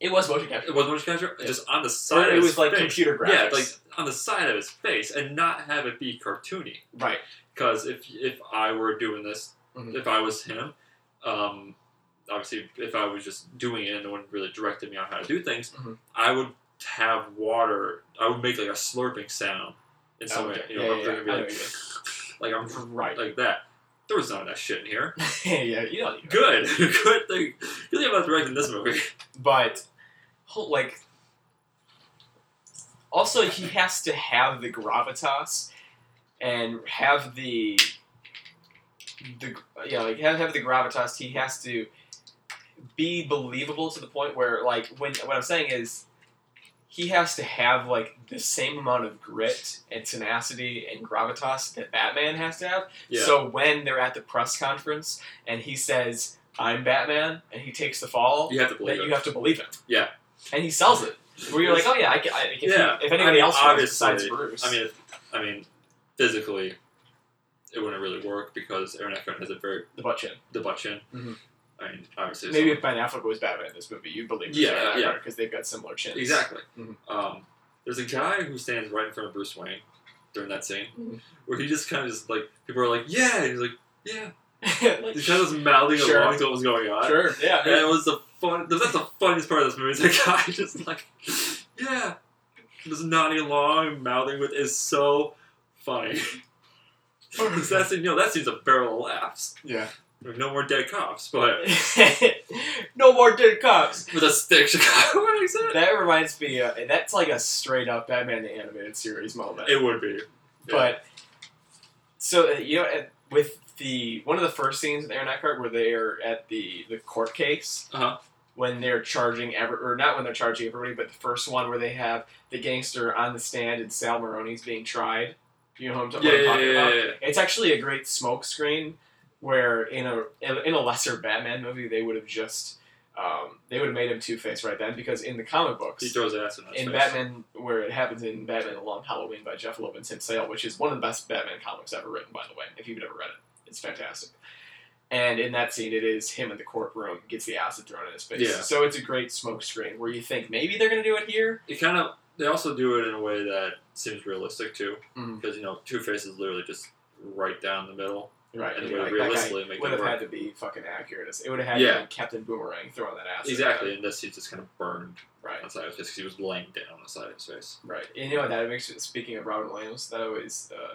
S3: It was motion capture.
S2: It was motion capture
S3: Yeah.
S2: just on the
S3: Or
S2: side.
S3: it
S2: of
S3: was
S2: his
S3: like
S2: face.
S3: computer graphics.
S2: yeah, like on the side of his face, and not have it be cartoony.
S3: right.
S2: Because if if I were doing this,
S3: Mhm.
S2: if I was him, um, obviously if I was just doing it and no one really directed me on how to do things,
S3: Mhm.
S2: I would have water. I would make like a slurping sound in some way.
S3: Oh, Okay.
S2: You know,
S3: Yeah,
S2: I'm
S3: yeah,
S2: gonna
S3: yeah.
S2: be like, like I'm
S3: Right.
S2: like that. There was none of that shit in here.
S3: yeah, you know.
S2: Good, good thing. Good thing about directing this movie.
S3: But ho- like also he has to have the gravitas and have the the yeah, like have have the gravitas, he has to be believable to the point where like when what I'm saying is he has to have like the same amount of grit and tenacity and gravitas that Batman has to have.
S2: Yeah,
S3: So when they're at the press conference and he says, "I'm Batman," and he takes the fall,
S2: you have to believe
S3: that
S2: it.
S3: you have to believe him.
S2: Yeah.
S3: And he sells it. Where you're like, oh yeah, I, ca- I, if, he-
S2: Yeah.
S3: if
S2: I
S3: anybody
S2: mean,
S3: else was besides
S2: obviously,
S3: Bruce,
S2: I mean, if- I mean, physically, it wouldn't really work because Aaron Eckhart has a very
S3: the butt chin.
S2: the butt chin.
S3: Mhm.
S2: I mean, obviously,
S3: Maybe if
S2: someone-
S3: Ben Affleck was Batman in this movie, you believe
S2: Yeah, yeah.
S3: because they've got similar chins.
S2: exactly.
S3: Mhm.
S2: Um, there's a guy who stands right in front of Bruce Wayne during that scene,
S3: Mhm.
S2: where he just kind of just like people are like, yeah, and he's like, yeah,
S3: Like,
S2: he's kind of just mouthing
S3: Sure.
S2: along to what was going on.
S3: sure, yeah.
S2: And it was the fun. That's the funniest part of this movie. Is the guy just like, yeah, just nodding along, mouthing with is so funny. Because that scene, you know, that scene's a barrel of laughs.
S3: yeah.
S2: There's no more dead cops, but
S3: no more dead cops.
S2: with a stick, Chicago. What is that?
S3: That reminds me. Uh, that's like a straight up Batman the animated series moment.
S2: It would be. Yeah.
S3: But so uh, you know, uh, with the one of the first scenes with Aaron Eckhart, where they are at the the court case,
S2: Uh-huh.
S3: when they're charging ever or not when they're charging everybody, but the first one where they have the gangster on the stand and Sal Maroney's being tried. You know what I'm, ta-
S2: yeah,
S3: what I'm
S2: yeah,
S3: talking
S2: yeah,
S3: about?
S2: yeah, yeah.
S3: It's actually a great smoke screen where in a in a lesser Batman movie they would have just um, they would have made him Two Face right then because in the comic books
S2: He throws ass in that
S3: in
S2: space.
S3: Batman, where it happens in Batman: A Long Halloween by Jeff Loeb and Tim Sale, which is one of the best Batman comics ever written, by the way. If you've never read it, it's fantastic. And in that scene, it is him in the courtroom gets the acid thrown in his face.
S2: Yeah.
S3: So it's a great smoke screen where you think maybe they're gonna do it here.
S2: It kind of. They also do it in a way that seems realistic too,
S3: Mhm.
S2: because you know, Two Face is literally just right down the middle,
S3: Right. And
S2: and they would
S3: like, that
S2: realistically
S3: guy
S2: make
S3: would
S2: it
S3: have
S2: work.
S3: had to be fucking accurate. It would have had
S2: Yeah.
S3: to be Captain Boomerang throwing that acid.
S2: Exactly, and this he just kind of burned
S3: Right.
S2: on the side of his face because he was laying down on the side of his face.
S3: Right. And you know what that makes. Speaking of Robin Williams, that always uh,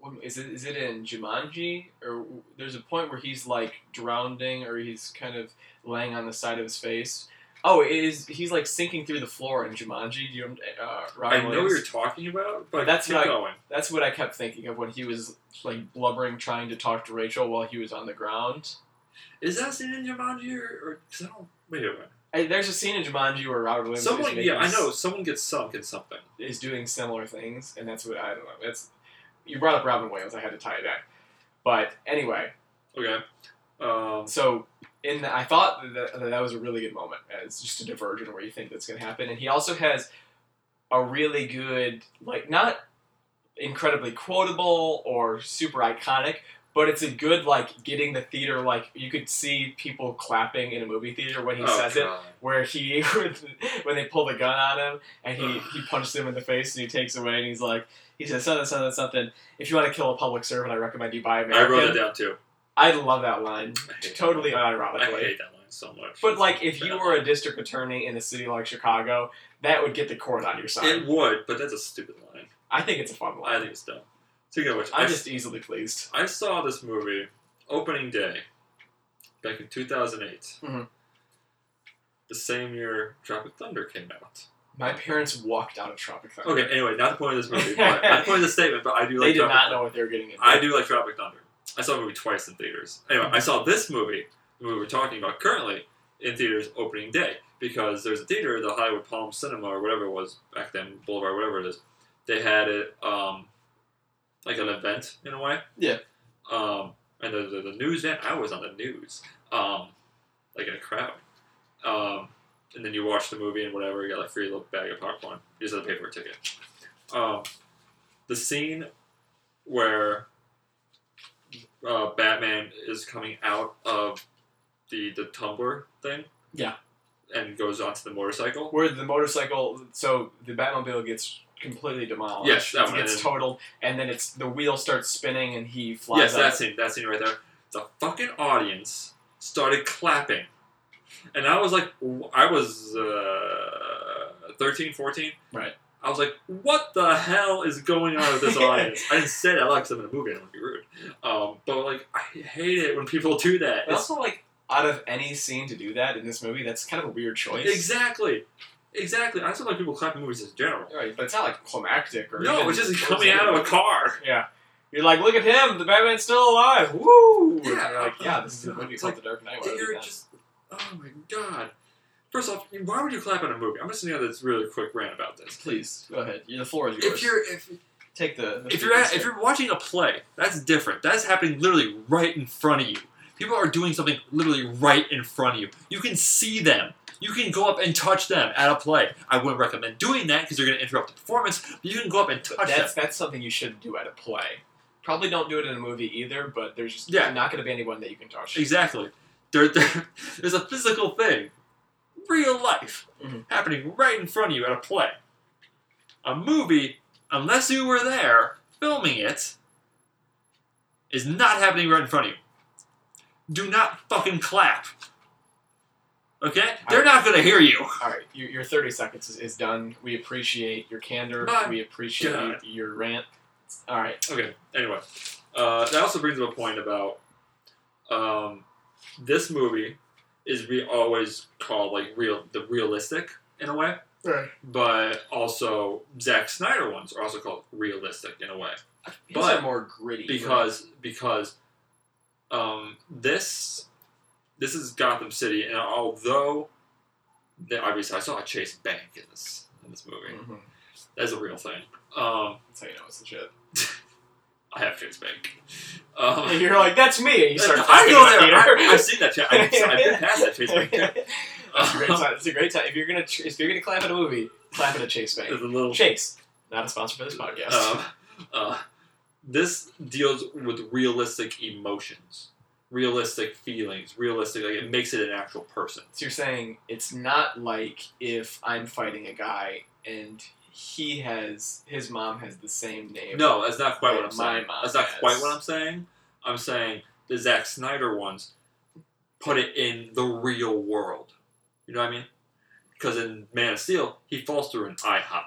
S3: when- is it is it in Jumanji or w- there's a point where he's like drowning or he's kind of laying on the side of his face. Oh, it is he's like sinking through the floor in Jumanji? Do you uh, Robin
S2: I know
S3: Williams?
S2: what you're talking about, but
S3: That's
S2: keep
S3: what I-
S2: going.
S3: That's what I kept thinking of when he was like blubbering, trying to talk to Rachel while he was on the ground.
S2: Is that scene in Jumanji or? or 'cause I don't. Wait a minute.
S3: I, there's a scene in Jumanji where Robin Williams is,
S2: Someone,
S3: making
S2: yeah, I
S3: s-
S2: know. Someone gets sunk in something.
S3: is doing similar things, and that's what I don't know. That's you brought up Robin Williams. I had to tie it back, But anyway,
S2: Okay. Um,
S3: so in the, I thought that, that that was a really good moment. uh, It's just a diversion where you think that's going to happen, and he also has a really good, like not incredibly quotable or super iconic, but it's a good like getting the theater like you could see people clapping in a movie theater when he
S2: oh,
S3: says it.
S2: God.
S3: Where he, when they pull the gun on him, and he, he punches him in the face, and he takes away, and he's like, he says something, something, something. If you want to kill a public servant, I recommend you buy American.
S2: I wrote that down too.
S3: I love that line.
S2: I hate that
S3: Totally
S2: line. I
S3: unironically.
S2: hate that line so much.
S3: But like, if you
S2: Yeah.
S3: were a district attorney in a city like Chicago, that would get the court on your side.
S2: It would, but that's a stupid line.
S3: I think it's a fun
S2: I
S3: line.
S2: think it's dumb. Speaking of which, I
S3: I'm just easily pleased.
S2: I saw this movie opening day back in 2008.
S3: Mhm.
S2: The same year Tropic Thunder came out.
S3: My parents walked out of Tropic Thunder.
S2: Okay, anyway, not the point of this movie, but not the point of this statement, but I do
S3: they
S2: like
S3: did
S2: Tropic
S3: not know what they were getting into.
S2: I do like Tropic Thunder. I saw the movie twice in theaters. Anyway, I saw this movie, the movie we're talking about currently, in theaters opening day because there's a theater, the Hollywood Palm Cinema or whatever it was back then, Boulevard, whatever it is. They had it um, like an event in a way.
S1: Yeah.
S2: Um, and the, the, the news then I was on the news, um, like in a crowd. Um, and then you watch the movie and whatever, you got like free little bag of popcorn. You just have to pay for a ticket. Um, the scene where uh, Batman is coming out of the the tumbler thing.
S3: Yeah.
S2: And goes onto the motorcycle.
S3: Where the motorcycle, so the Batmobile gets completely demolished.
S2: Yes, that
S3: it
S2: one.
S3: gets totaled, and then it's the wheel starts spinning, and he flies.
S2: Yes,
S3: out.
S2: that scene, that scene right there. The fucking audience started clapping. And I was like, w- I was uh, 13, 14.
S3: Right.
S2: I was like, what the hell is going on with this audience? I didn't say that out loud 'cause I'm in a movie, I don't want to be rude. Um, but like, I hate it when people do that.
S3: And
S2: It's
S3: also, like out of any scene to do that in this movie, that's kind of a weird choice.
S2: Exactly. Exactly. I just don't like people clapping movies in general.
S3: Right, but it's not like climactic or
S2: No,
S3: even
S2: it's just
S3: close
S2: coming out of a
S3: anyway.
S2: car.
S3: You're like, look at him, the Batman's still alive. Woo! And
S2: Yeah.
S3: you're like, yeah, this is a
S2: No,
S3: movie
S2: it's
S3: called The Dark Knight. why would
S2: You're
S3: it be
S2: just, oh my god. First off, why would you clap in a movie? I'm just gonna have this really quick rant about
S3: that?
S2: this.
S3: Please, go ahead. Your- The floor is yours.
S2: If you're if,
S3: Take the. the
S2: if you're at, if you're watching a play, that's different. That's happening literally right in front of you. People are doing something literally right in front of you. You can see them. You can go up and touch them at a play. I wouldn't recommend doing that because you're going to interrupt the performance. But you can go up and touch them.
S3: that's, that's something you should do at a play. Probably don't do it in a movie either, but there's just
S2: Yeah.
S3: not going to be anyone that you can touch.
S2: Exactly. There, there, there's a physical thing, real life,
S3: Mhm.
S2: happening right in front of you at a play. A movie, unless you were there filming it, is not happening right in front of you. Do not fucking clap. Okay? They're not gonna hear you.
S3: All right, your, your 30 seconds is, is done. We appreciate your candor.
S2: My
S3: we appreciate
S2: God.
S3: your rant. All right.
S2: Okay. Anyway, uh, that also brings up a point about um, this movie is we always call like real the realistic in a way,
S3: Right.
S2: but also Zack Snyder ones are also called realistic in a way
S3: These
S2: But-
S3: are more gritty.
S2: because because um, this this is Gotham City, and although they, obviously I saw a Chase Bank in this in this movie,
S3: Mhm.
S2: that's a real thing. Um,
S3: That's how you know it's legit.
S2: I have Chase Bank. Um,
S3: And you're like, that's me. And you start
S2: I
S3: talking
S2: know
S3: about
S2: that.
S3: theater.
S2: I, I've seen that. Cha- I've, I've been past that Chase Bank.
S3: That's a great
S2: Um,
S3: time. It's a great time. If you're gonna tr- if you're gonna clap at a movie, clap at a Chase
S2: there's
S3: Bank.
S2: a little.
S3: Chase, not a sponsor for this podcast.
S2: Um, uh, this deals with realistic emotions, realistic feelings, realistic. Like it makes it an actual person.
S3: so you're saying it's not like if I'm fighting a guy and he has his mom has the same name.
S2: No, that's not quite what
S3: Yeah,
S2: I'm
S3: my
S2: saying.
S3: mom
S2: That's not quite
S3: has.
S2: what I'm saying. I'm saying the Zack Snyder ones put it in the real world. You know what I mean? Because in Man of Steel, he falls through an IHOP.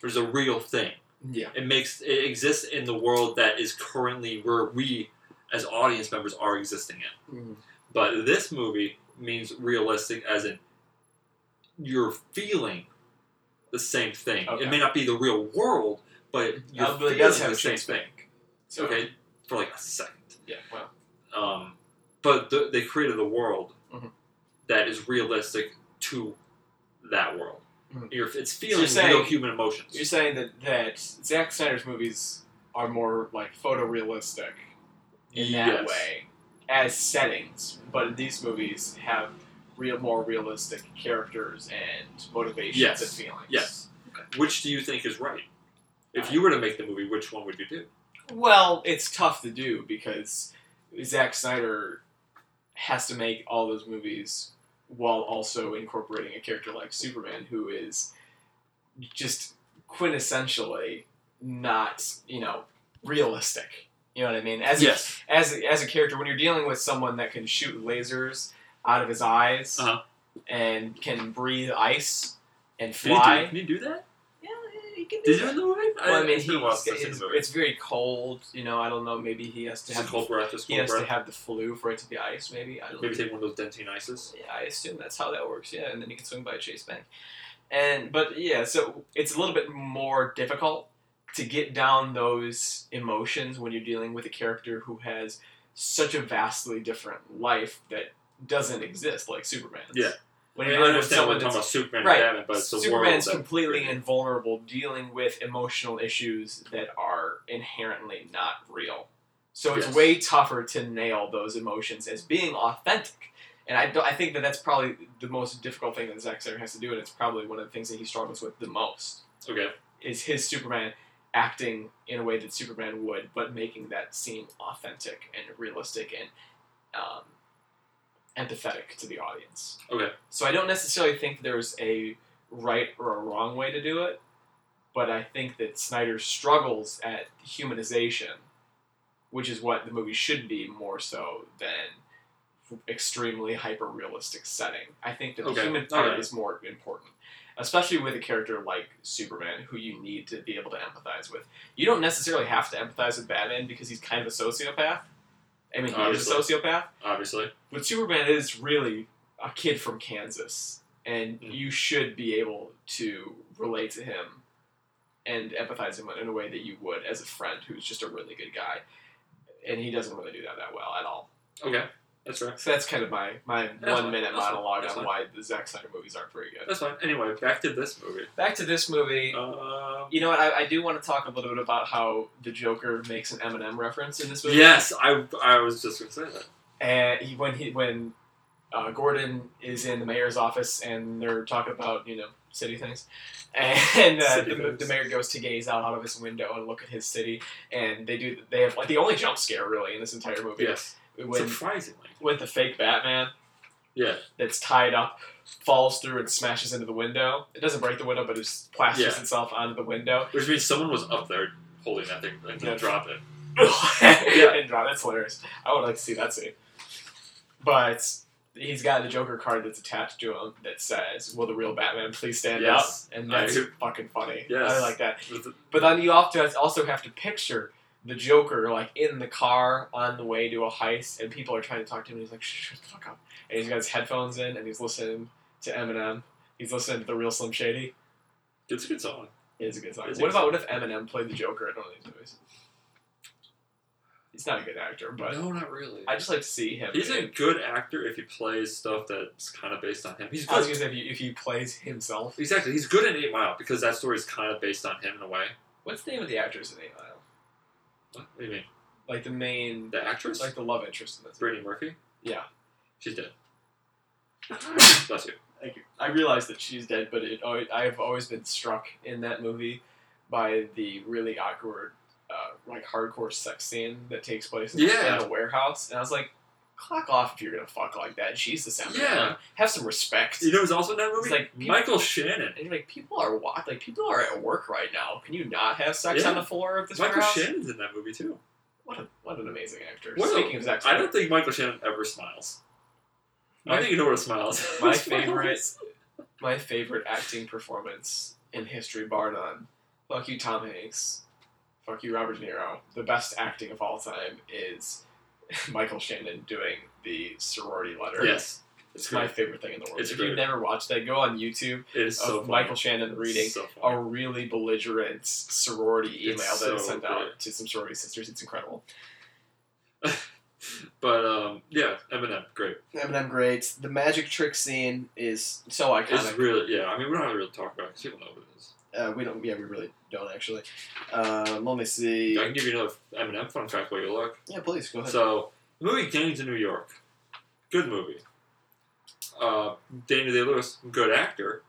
S2: There's a real thing.
S3: Yeah.
S2: it makes it exists in the world that is currently where we as audience members are existing in
S3: Mhm.
S2: but this movie means realistic as in you're feeling the same thing
S3: Okay.
S2: it may not be the real world but you're
S3: Alvin
S2: feeling
S3: does
S2: the
S3: have a
S2: same
S3: Chase
S2: thing
S3: Bank. So,
S2: okay for like a second
S3: Yeah. Well.
S2: um, but th- they created a world
S3: Mhm.
S2: that is realistic to that world
S3: Mhm.
S2: You're, it's feeling real
S3: saying-
S2: human emotions
S3: You're saying that that Zack Snyder's movies are more like photorealistic. in that
S2: Yes.
S3: way as settings, but these movies have real, more realistic characters and motivations
S2: Yes.
S3: and feelings.
S2: Yes. Which do you think is right?
S3: Uh,
S2: If you were to make the movie, which one would you do?
S3: Well, it's tough to do because Zack Snyder has to make all those movies while also incorporating a character like Superman, who is just quintessentially not, you know, realistic. You know what I mean? As a
S2: yes.
S3: as a, as a character when you're dealing with someone that can shoot lasers out of his eyes
S2: Uh-huh.
S3: and can breathe ice and
S2: Did he, do,
S3: fly.
S2: did he do that?
S3: Yeah, he can
S2: Did you in the movie?
S3: Well, I mean,
S2: it's been a while
S3: he's-
S2: since I've seen
S3: it's-
S2: the movie.
S3: it's very cold. You know, I don't know. Maybe he has to
S2: Just a
S3: have
S2: cold breath, just
S3: he
S2: cold
S3: has to
S2: breath.
S3: have the flu for it to be ice. Maybe I don't.
S2: Maybe
S3: know.
S2: take one of those dentine ices.
S3: Yeah, I assume that's how that works. Yeah, and then he can swing by Chase Bank. And but yeah, so it's a little bit more difficult to get down those emotions when you're dealing with a character who has such a vastly different life that doesn't exist like Superman.
S2: Yeah.
S3: When
S2: I
S3: you're
S2: mean, I
S3: dealing with
S2: understand
S3: someone
S2: we're talking
S3: that's
S2: about Superman
S3: Right.
S2: and Batman, but it's a world
S3: Superman's
S2: that-
S3: completely invulnerable, dealing with emotional issues that are inherently not real. So it's
S2: Yes.
S3: way tougher to nail those emotions as being authentic. And I, don't- I think that that's probably the most difficult thing that Zack Snyder has to do, and it's probably one of the things that he struggles with the most
S2: Okay.
S3: is his Superman acting in a way that Superman would, but making that seem authentic and realistic and um, empathetic to the audience.
S2: Okay.
S3: So I don't necessarily think there's a right or a wrong way to do it, but I think that Snyder struggles at humanization, which is what the movie should be more so than extremely hyper realistic setting. I think that the
S2: Okay.
S3: human part
S2: Alright.
S3: is more important especially with a character like Superman, who you need to be able to empathize with. You don't necessarily have to empathize with Batman because he's kind of a sociopath. I mean, he is a
S2: Obviously.
S3: sociopath,
S2: Obviously.
S3: but Superman is really a kid from Kansas, and
S2: Mm.
S3: you should be able to relate to him and empathize him in a way that you would as a friend who's just a really good guy. And he doesn't really do that that well at all.
S2: Okay. That's right.
S3: So that's kind of my, my
S2: fine.
S3: one minute
S2: That's fine.
S3: monologue
S2: That's
S3: on why
S2: fine.
S3: the Zack Snyder movies aren't very good.
S2: That's fine. Anyway, back to this movie.
S3: Back to this movie.
S2: Um,
S3: You know what? I, I do want to talk a little bit about how the Joker makes an Eminem reference in this movie.
S2: yes, I, I was just going to say that.
S3: And he, when he when uh, Gordon is in the mayor's office and they're talking about you know city things, and uh,
S2: City
S3: the,
S2: things.
S3: the mayor goes to gaze out out of his window and look at his city, and they do they have like the only jump scare really in this entire movie
S2: Yes.
S3: when
S2: Surprisingly.
S3: when the fake Batman
S2: Yeah.
S3: that's tied up falls through and smashes into the window. It doesn't break the window, but it just plasters
S2: Yeah.
S3: itself onto the window.
S2: Which means someone was up there holding that thing and
S3: Yeah.
S2: then dropped it.
S3: yeah, and draw. That's hilarious. I would like to see that scene. But he's got the Joker card that's attached to him that says, "Will the real Batman please stand
S2: Yes.
S3: up?" And
S2: I-
S3: that's fucking funny. I
S2: Yes.
S3: like that.
S2: With the-
S3: But then you often also have to picture the Joker like in the car on the way to a heist, and people are trying to talk to him, and he's like, "Shh, "Shut the fuck up!" And he's got his headphones in, and he's listening to Eminem. He's listening to the real Slim Shady.
S2: It's a good song.
S3: It is a good song.
S2: It's a
S3: What
S2: good
S3: about
S2: song.
S3: what if Eminem played the Joker in one of these movies? He's not a good actor, but
S2: no, not really.
S3: I just like to see him.
S2: He's
S3: in-
S2: a good actor if he plays stuff that's kind of based on him. He's
S3: I was
S2: good.
S3: gonna say if he, if he plays himself.
S2: Exactly. He's good in Eight Mile because that story is kind of based on him in a way.
S3: What's the name of the actress in Eight Mile?
S2: What, what do you mean?
S3: Like the main,
S2: The actress?
S3: like the love interest in this.
S2: Brittany Murphy?
S3: Yeah.
S2: She's dead. Bless you.
S3: Thank you. I realize that she's dead, but it, al- I've always been struck in that movie by the really awkward, uh, like hardcore sex scene that takes place in,
S2: Yeah.
S3: in a warehouse, and I was like, "Clock off if you're gonna fuck like that." Jesus, Eminem,
S2: Yeah.
S3: have some respect.
S2: You know who's also in that movie?
S3: It's like people-
S2: Michael Shannon.
S3: And you're like, people are wa- like people are at work right now. Can you not have sex
S2: Yeah.
S3: on the floor of this
S2: Michael
S3: warehouse?
S2: Shannon's in that movie too.
S3: What, a, what an amazing actor.
S2: What a-
S3: Speaking of sex,
S2: I don't think Michael Shannon ever smiles. I
S3: My-
S2: don't think you know what a smile is.
S3: my
S2: Smiles.
S3: favorite- my favorite acting performance in history, bar none. Fuck you, Tom Hanks. Fuck you, Robert De Niro. The best acting of all time is Michael Shannon doing the sorority letter.
S2: Yes.
S3: It's
S2: It's
S3: my
S2: great.
S3: favorite thing in the world.
S2: It's
S3: if
S2: great.
S3: you've never watched that, go on YouTube
S2: It is
S3: of
S2: so funny.
S3: Michael Shannon reading
S2: So funny.
S3: a really belligerent sorority email
S2: It's
S3: that is
S2: so
S3: sent out
S2: great.
S3: to some sorority sisters. It's incredible. Oh.
S2: But um, yeah, Eminem, great.
S3: Eminem great. The magic trick scene is so
S2: It's
S3: iconic.
S2: really yeah. I mean, we don't have to really talk about it 'cause people know what it is.
S3: Uh, we don't. Yeah, we really don't actually. Um, let me see.
S2: I can give you another Eminem fun fact while you look.
S3: Yeah, please go ahead.
S2: So, the movie Gangs in New York. Good movie. Uh, Daniel Day Lewis, good actor,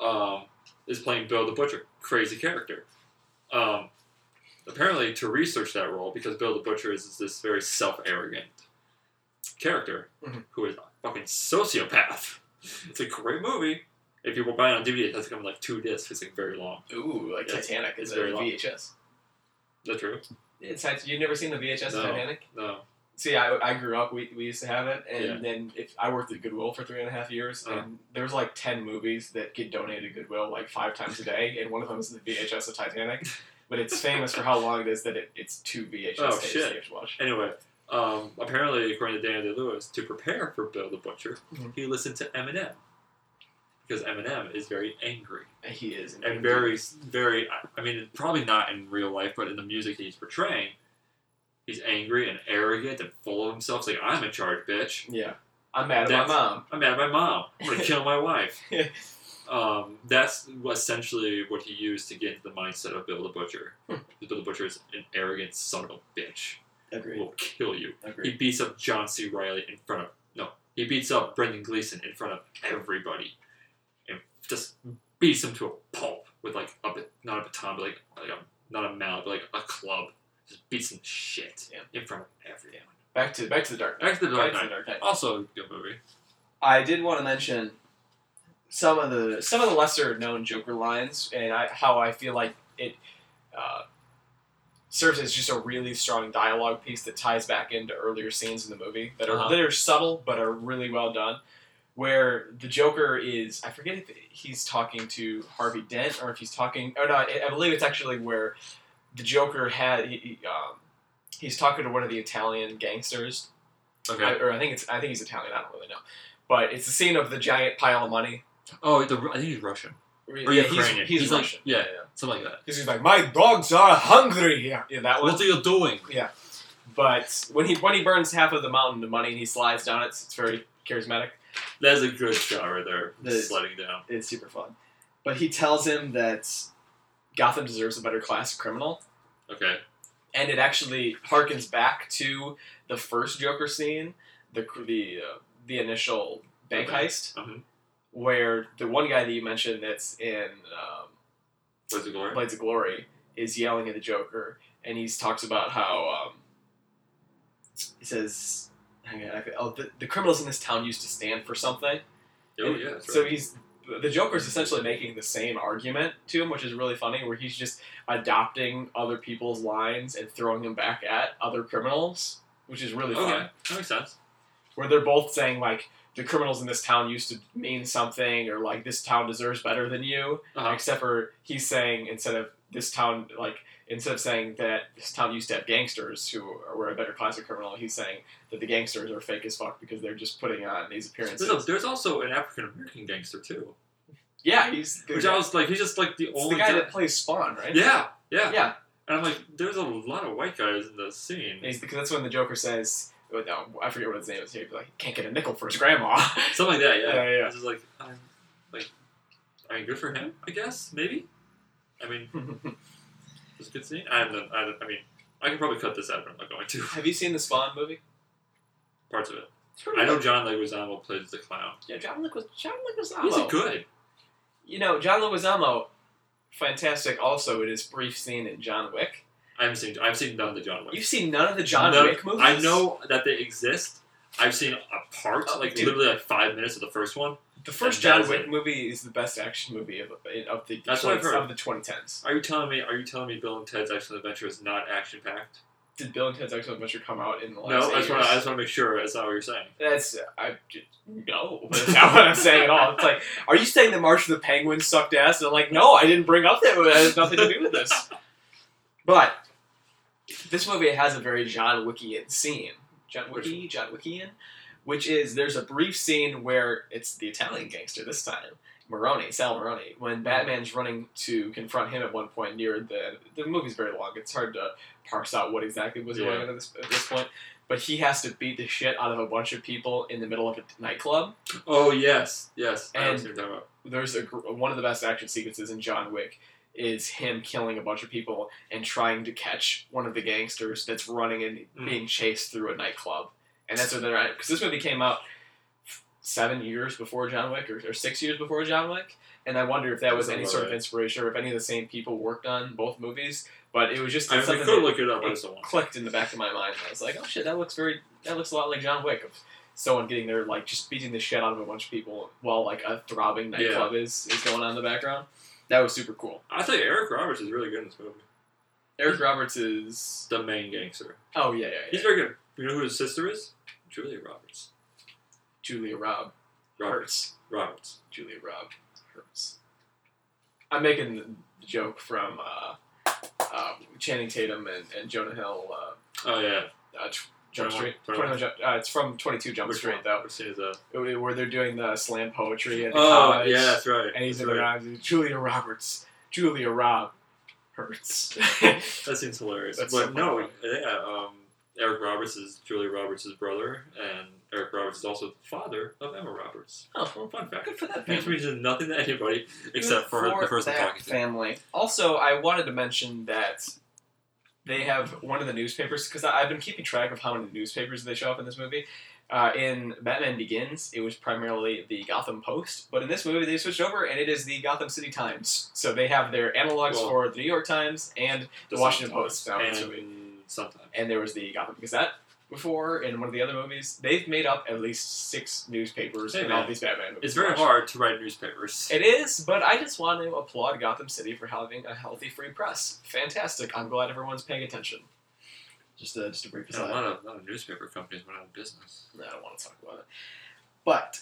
S2: um, is playing Bill the Butcher. Crazy character. Um, apparently, to research that role, because Bill the Butcher is, this very self arrogant character
S3: Mhm.
S2: who is a fucking sociopath. It's a great movie. If you buy it on DVD, it has to come in like two discs. It's like very long.
S3: Ooh, like
S2: Yes,
S3: Titanic is
S2: it's
S3: a
S2: very long.
S3: VHS.
S2: Is that true?
S1: It's had- you've never seen the VHS
S2: No.
S1: Titanic?
S2: No.
S1: See, I, I grew up. We, we used to have it, and
S2: Yeah.
S1: then if I worked at Goodwill for three and a half years,
S2: Uh-huh.
S1: and there was like ten movies that get donated to Goodwill like five times a day, and one of them is the VHS of Titanic. But it's famous for how long it is that it, it's two VHS
S2: Oh,
S1: tapes
S2: shit.
S1: that you have to watch.
S2: Anyway, um, apparently, according to Daniel Day Lewis, to prepare for Bill the Butcher,
S1: Mhm.
S2: he listened to Eminem because Eminem is very angry
S1: He is
S2: and very, very. I- I mean, probably not in real life, but in the music he's portraying, he's angry and arrogant and full of himself. It's like I'm in charge, bitch.
S1: yeah. I'm mad at
S2: That's-
S1: my mom.
S2: I'm mad at my mom. I'm gonna kill my wife. Um, that's essentially what he used to get into the mindset of Bill the Butcher.
S1: Hmm.
S2: Bill the Butcher is an arrogant son of a bitch.
S3: Agreed.
S2: Will kill you. He
S3: Agreed.
S2: beats up John C. Riley in front of no. He beats up Brendan Gleeson in front of everybody, and just beats him to a pulp with like a bat- not a baton, but like, like a, not a mallet, but like a club. Just beats him to shit
S1: Yeah.
S2: in front of everyone.
S1: Back to back to the dark. Knight.
S2: Back to the
S1: Back
S2: Dark
S1: to
S2: Knight.
S1: the dark Knight.
S2: Also a good movie.
S3: I did want to mention some of the some of the lesser known Joker lines, and I, how I feel like it uh, serves as just a really strong dialogue piece that ties back into earlier scenes in the movie that are
S2: Uh-huh.
S3: that are subtle but are really well done. Where the Joker is, I forget if he's talking to Harvey Dent or if he's talking. Oh no, I, I believe it's actually where the Joker had he, he, um, he's talking to one of the Italian gangsters
S2: Okay.
S3: I, or I think it's I think he's Italian. I don't really know, but it's the scene of the giant pile of money.
S2: oh, the, I think he's Russian. Or
S3: yeah, he's,
S2: Ukrainian.
S3: he's,
S2: He's like-
S3: Russian.
S2: yeah.
S3: yeah.
S2: Something like that.
S3: 'Cause he's like, my dogs are hungry. Yeah, yeah, that one.
S2: What are you doing?
S3: But when he when he burns half of the mountain of money and he slides down it, it's very charismatic.
S2: That's a good shot right there.
S3: The-
S2: Just sliding down.
S3: It's super fun. But he tells him that Gotham deserves a better class of criminal,
S2: Okay.
S3: and it actually harkens back to the first Joker scene, the cr- the uh, the initial bank
S2: Okay.
S3: heist,
S2: Mhm.
S3: where the one guy that you mentioned that's in. Um,
S2: Where's the glory?
S3: Blades of Glory is yelling at the Joker, and he talks about how um, he says, "Hang on, I, oh, the, the criminals in this town used to stand for something."
S2: oh yeah. That's
S3: So
S2: right.
S3: he's the Joker's essentially making the same argument to him, which is really funny, where he's just adopting other people's lines and throwing them back at other criminals, which is really fun
S2: okay. That makes sense.
S3: where they're both saying like the criminals in this town used to mean something or like this town deserves better than you
S2: Uh-huh.
S3: except for he's saying instead of this town like instead of saying that this town used to have gangsters who were a better class of criminal he's saying that the gangsters are fake as fuck because they're just putting on these appearances
S2: There's, al- there's also an African American gangster too,
S3: yeah he's the,
S2: which I was like, he's just like the
S3: it's
S2: only
S3: the guy
S2: guy-
S3: that plays spawn right
S2: Yeah, yeah,
S3: yeah
S2: And I'm like, there's a lot of white guys in the scene.
S3: he's because that's when the joker says oh, no, i forget what his name is here he's like can't get a nickel for his grandma
S2: Something like that, yeah.
S3: Yeah, yeah.
S2: It's just like, I'm, like, I mean, good for him, I guess, maybe. I mean, it's a good scene. I haven't, I, haven't- I mean, I can probably cut this out, but I'm not going to.
S3: have you seen the spawn movie
S2: Parts of it. I know John Leguizamo plays the clown.
S3: yeah, John Lucas. John Lucas.
S2: He's good.
S3: You know, John Leguizamo, fantastic also in his brief scene in John Wick.
S2: I haven't seen, I've seen none of the John Wick.
S3: You've seen none of the John
S2: None-
S3: Wick movies?
S2: I know that they exist. I've seen a part,
S3: Oh,
S2: like
S3: dude.
S2: literally like five minutes of the first one.
S3: The first
S2: And
S3: John
S2: that was
S3: Wick
S2: it.
S3: movie is the best action movie of, of, the,
S2: That's what I've
S3: 20s
S2: heard.
S3: of the 2010s.
S2: Are you telling me? Are you telling me Bill and Ted's Excellent Adventure is not action packed?
S3: Did Bill and Ted's Excellent Adventure come out in the last
S2: No, I
S3: eight
S2: just, want to, I
S3: years?
S2: just want to make sure that's not what you're saying.
S3: That's, I, ju- no, that's not what I'm saying at all. It's like, are you saying that March of the Penguins sucked ass? And I'm like, no, I didn't bring up that. It has nothing to do with this. But this movie has a very John Wickian scene. John
S2: Which
S3: Wicky, John Wickian, which is there's a brief scene where it's the Italian gangster this time, Maroni, Sal Maroni, when Batman's running to confront him at one point near the the movie's very long. It's hard to parse out what exactly was
S2: Yeah.
S3: going on at this, at this point. but he has to beat the shit out of a bunch of people in the middle of a nightclub.
S2: Oh yes, yes. I know
S3: And-
S2: what you're talking about.
S3: There's a gr- one of the best action sequences in John Wick is him killing a bunch of people and trying to catch one of the gangsters that's running and
S2: Mm.
S3: being chased through a nightclub. And that's what they're at because this movie came out seven years before John Wick or, or six years before John Wick. And I wonder if that was
S2: Sounds
S3: any
S2: about
S3: sort of
S2: right.
S3: inspiration or if any of the same people worked on both movies. But it was just
S2: I mean, we
S3: something
S2: could
S3: that-
S2: look it up. I just don't want.
S3: clicked in the back of my mind. I was like, oh shit, that looks very, that looks a lot like John Wick of someone getting their like just beating the shit out of a bunch of people while like a throbbing nightclub is is going on in the background. That was super cool.
S2: I think Eric Roberts is really good in this movie.
S3: Eric Roberts is
S2: The main gangster.
S3: oh yeah yeah, yeah.
S2: He's very good. You know who his sister is? Julia Roberts.
S3: Julia Rob
S2: Roberts.
S3: Hurts.
S2: Roberts.
S3: Julia Rob Hurts. I'm making the joke from uh, uh, Channing Tatum and, and Jonah Hill. Uh,
S2: Oh yeah.
S3: uh, tw- Jump
S2: 21,
S3: Street.
S2: 21.
S3: 21 Jump, uh, it's from 22 Jump
S2: Which
S3: Street
S2: one?
S3: though,
S2: Which scene is that?
S3: where they're doing the slam poetry and
S2: Oh yeah, that's right.
S3: And he's in
S2: that's
S3: the
S2: right.
S3: rhymes. he's, Julia Roberts. Julia Rob hurts.
S2: That seems hilarious.
S3: That's
S2: but
S3: so
S2: no,
S3: funny.
S2: yeah. Um, Eric Roberts is Julia Roberts' brother, and Eric Roberts is also the father of Emma Roberts.
S3: oh,
S2: Fun fact.
S3: good for that
S2: Which
S3: family.
S2: means nothing to anybody except for, the person
S3: that
S2: talking to.
S3: family. Also, I wanted to mention that they have one of the newspapers because I've been keeping track of how many newspapers they show up in this movie. Uh, in Batman Begins, it was primarily the Gotham Post, but in this movie they switched over and it is the Gotham City Times. So they have their analogs
S2: Well-
S3: for the New York Times and The Washington Post now,
S2: and
S3: it's really-
S2: sometime.
S3: and there was the Gotham Gazette before in one of the other movies. They've made up at least six newspapers
S2: Hey,
S3: in
S2: man.
S3: all these Batman movies.
S2: It's very hard to write newspapers.
S3: It is, but I just want to applaud Gotham City for having a healthy free press. Fantastic. I'm glad everyone's paying attention. Just a, just a brief
S2: Yeah, a
S3: aside.
S2: lot of, a lot of newspaper companies went out of business.
S3: No, I don't want to talk about it. But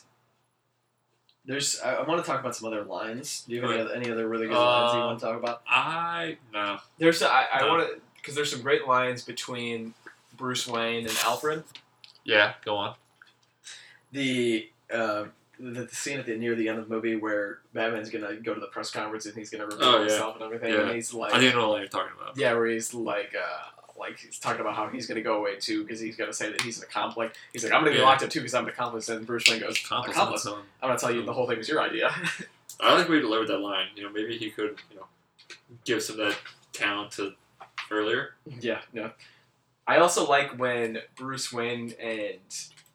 S3: there's I, I want to talk about some other lines. Do you have any,
S2: Right.
S3: other, any other really good lines you
S2: Uh,
S3: want to talk about?
S2: I no.
S3: There's a- I, I
S2: No.
S3: want to because there's some great lines between Bruce Wayne and Alfred.
S2: Yeah, go on.
S3: the uh, the, the scene at the near the end of the movie where Batman's gonna go to the press conference and he's gonna reveal
S2: Oh, yeah.
S3: himself and everything,
S2: Yeah.
S3: and he's like,
S2: I think I know what you're talking about.
S3: yeah, where he's like, uh, like he's talking about how he's gonna go away too because he's gonna say that he's an accomplice. He's like, I'm gonna be
S2: Yeah.
S3: locked up too because I'm an accomplice. And Bruce Wayne goes,
S2: Accomplice.
S3: Accomplice.
S2: on its own.
S3: I'm gonna tell you the whole thing was your idea.
S2: I like we delivered that line. You know, maybe he could, you know, give some of that talent to earlier.
S3: yeah, no. I also like when Bruce Wayne and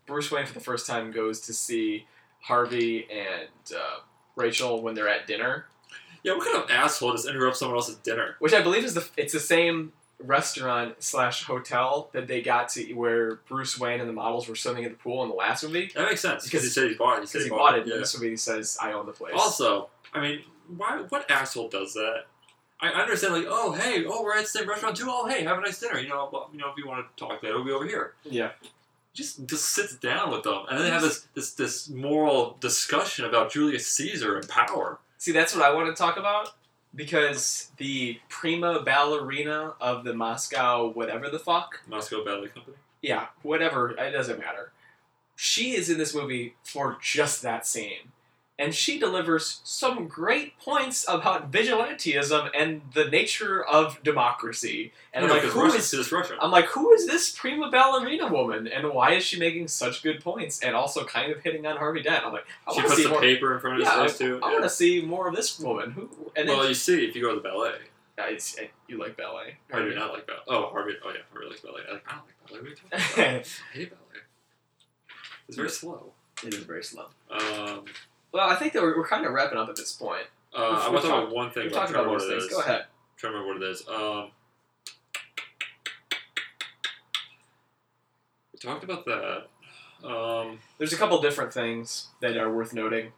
S3: Bruce Wayne for the first time goes to see Harvey and uh, Rachel when they're at dinner.
S2: Yeah, what kind of asshole just interrupts someone else's dinner?
S3: which I believe is the it's the same restaurant slash hotel that they got to where Bruce Wayne and the models were swimming at the pool in the last movie
S2: That makes sense
S3: Because-
S2: because he said he bought it. He said
S3: because he
S2: he
S3: bought it.
S2: Yeah.
S3: And this movie says I own the place.
S2: Also, I mean, why? What asshole does that? I I understand, like, oh hey, oh we're at the same restaurant too. Oh hey, have a nice dinner. You know, well, you know, if you want to talk later, we'll be over here.
S3: yeah,
S2: Just just sits down with them, and then they have this this this moral discussion about Julius Caesar and power.
S3: see that's what I want to talk about because the prima ballerina of the Moscow whatever the fuck
S2: Moscow Ballet Company.
S3: yeah whatever it doesn't matter. She is in this movie for just that scene. And she delivers some great points about vigilantism and the nature of democracy. And I'm
S2: you know,
S3: like,
S2: 'cause
S3: who
S2: Russians
S3: is
S2: to this restaurant?
S3: I'm like, who is this prima ballerina woman, and why is she making such good points, and also kind of hitting on Harvey Dent? I'm like, I want
S2: She
S3: to
S2: puts
S3: see
S2: the
S3: more.
S2: paper in front of
S3: Yeah,
S2: his face too.
S3: I
S2: yeah.
S3: want to see more of this woman. Who? And then
S2: well, you see, if you go to the ballet,
S3: Yeah, it's- eh, you like ballet?
S2: I do not like ballet. Oh, Harvey. Oh yeah, Harvey likes ballet. I, like, I don't like ballet. What are you talking about? I hate ballet. It's
S3: Hmm.
S2: very slow.
S3: it is very slow.
S2: Um,
S3: Well, I think that we're, we're kind of wrapping up at this point.
S2: Uh, I
S3: We've
S2: want to talk
S3: talked-
S2: about one thing.
S3: We've
S2: but I'm
S3: talked
S2: trying
S3: about
S2: to
S3: most
S2: remember
S3: things.
S2: what
S3: Go ahead.
S2: it is. Trying to remember what it is. Um, we talked about that. Um,
S3: There's a couple different things that are worth noting,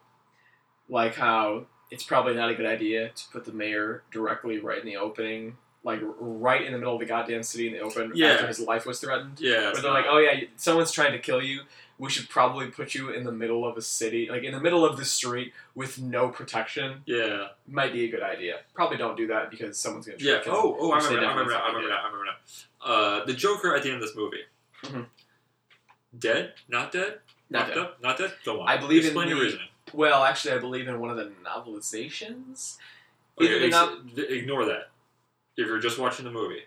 S3: like how it's probably not a good idea to put the mayor directly right in the opening, like r- right in the middle of the goddamn city in the open
S2: Yeah.
S3: after his life was threatened.
S2: yeah.
S3: Where they're like, oh yeah, you- someone's trying to kill you. We should probably put you in the middle of a city, like in the middle of the street with no protection.
S2: yeah,
S3: Might be a good idea. Probably don't do that because someone's gonna. Try
S2: yeah.
S3: To kill
S2: Oh, oh, I
S3: Which they
S2: remember. now, I remember.
S3: definitely
S2: now, I remember. now, I remember. now. Uh, the Joker at the end of this movie.
S3: Mhm.
S2: Dead? Not dead?
S3: Not
S2: Locked
S3: dead.
S2: Up? Not dead? Go on.
S3: I believe in
S2: Explain your
S3: the-
S2: reasoning.
S3: you. Well, actually, I believe in one of the novelizations. Either
S2: Okay,
S3: they're
S2: ex-
S3: not.
S2: th- ignore that. If you're just watching the movie,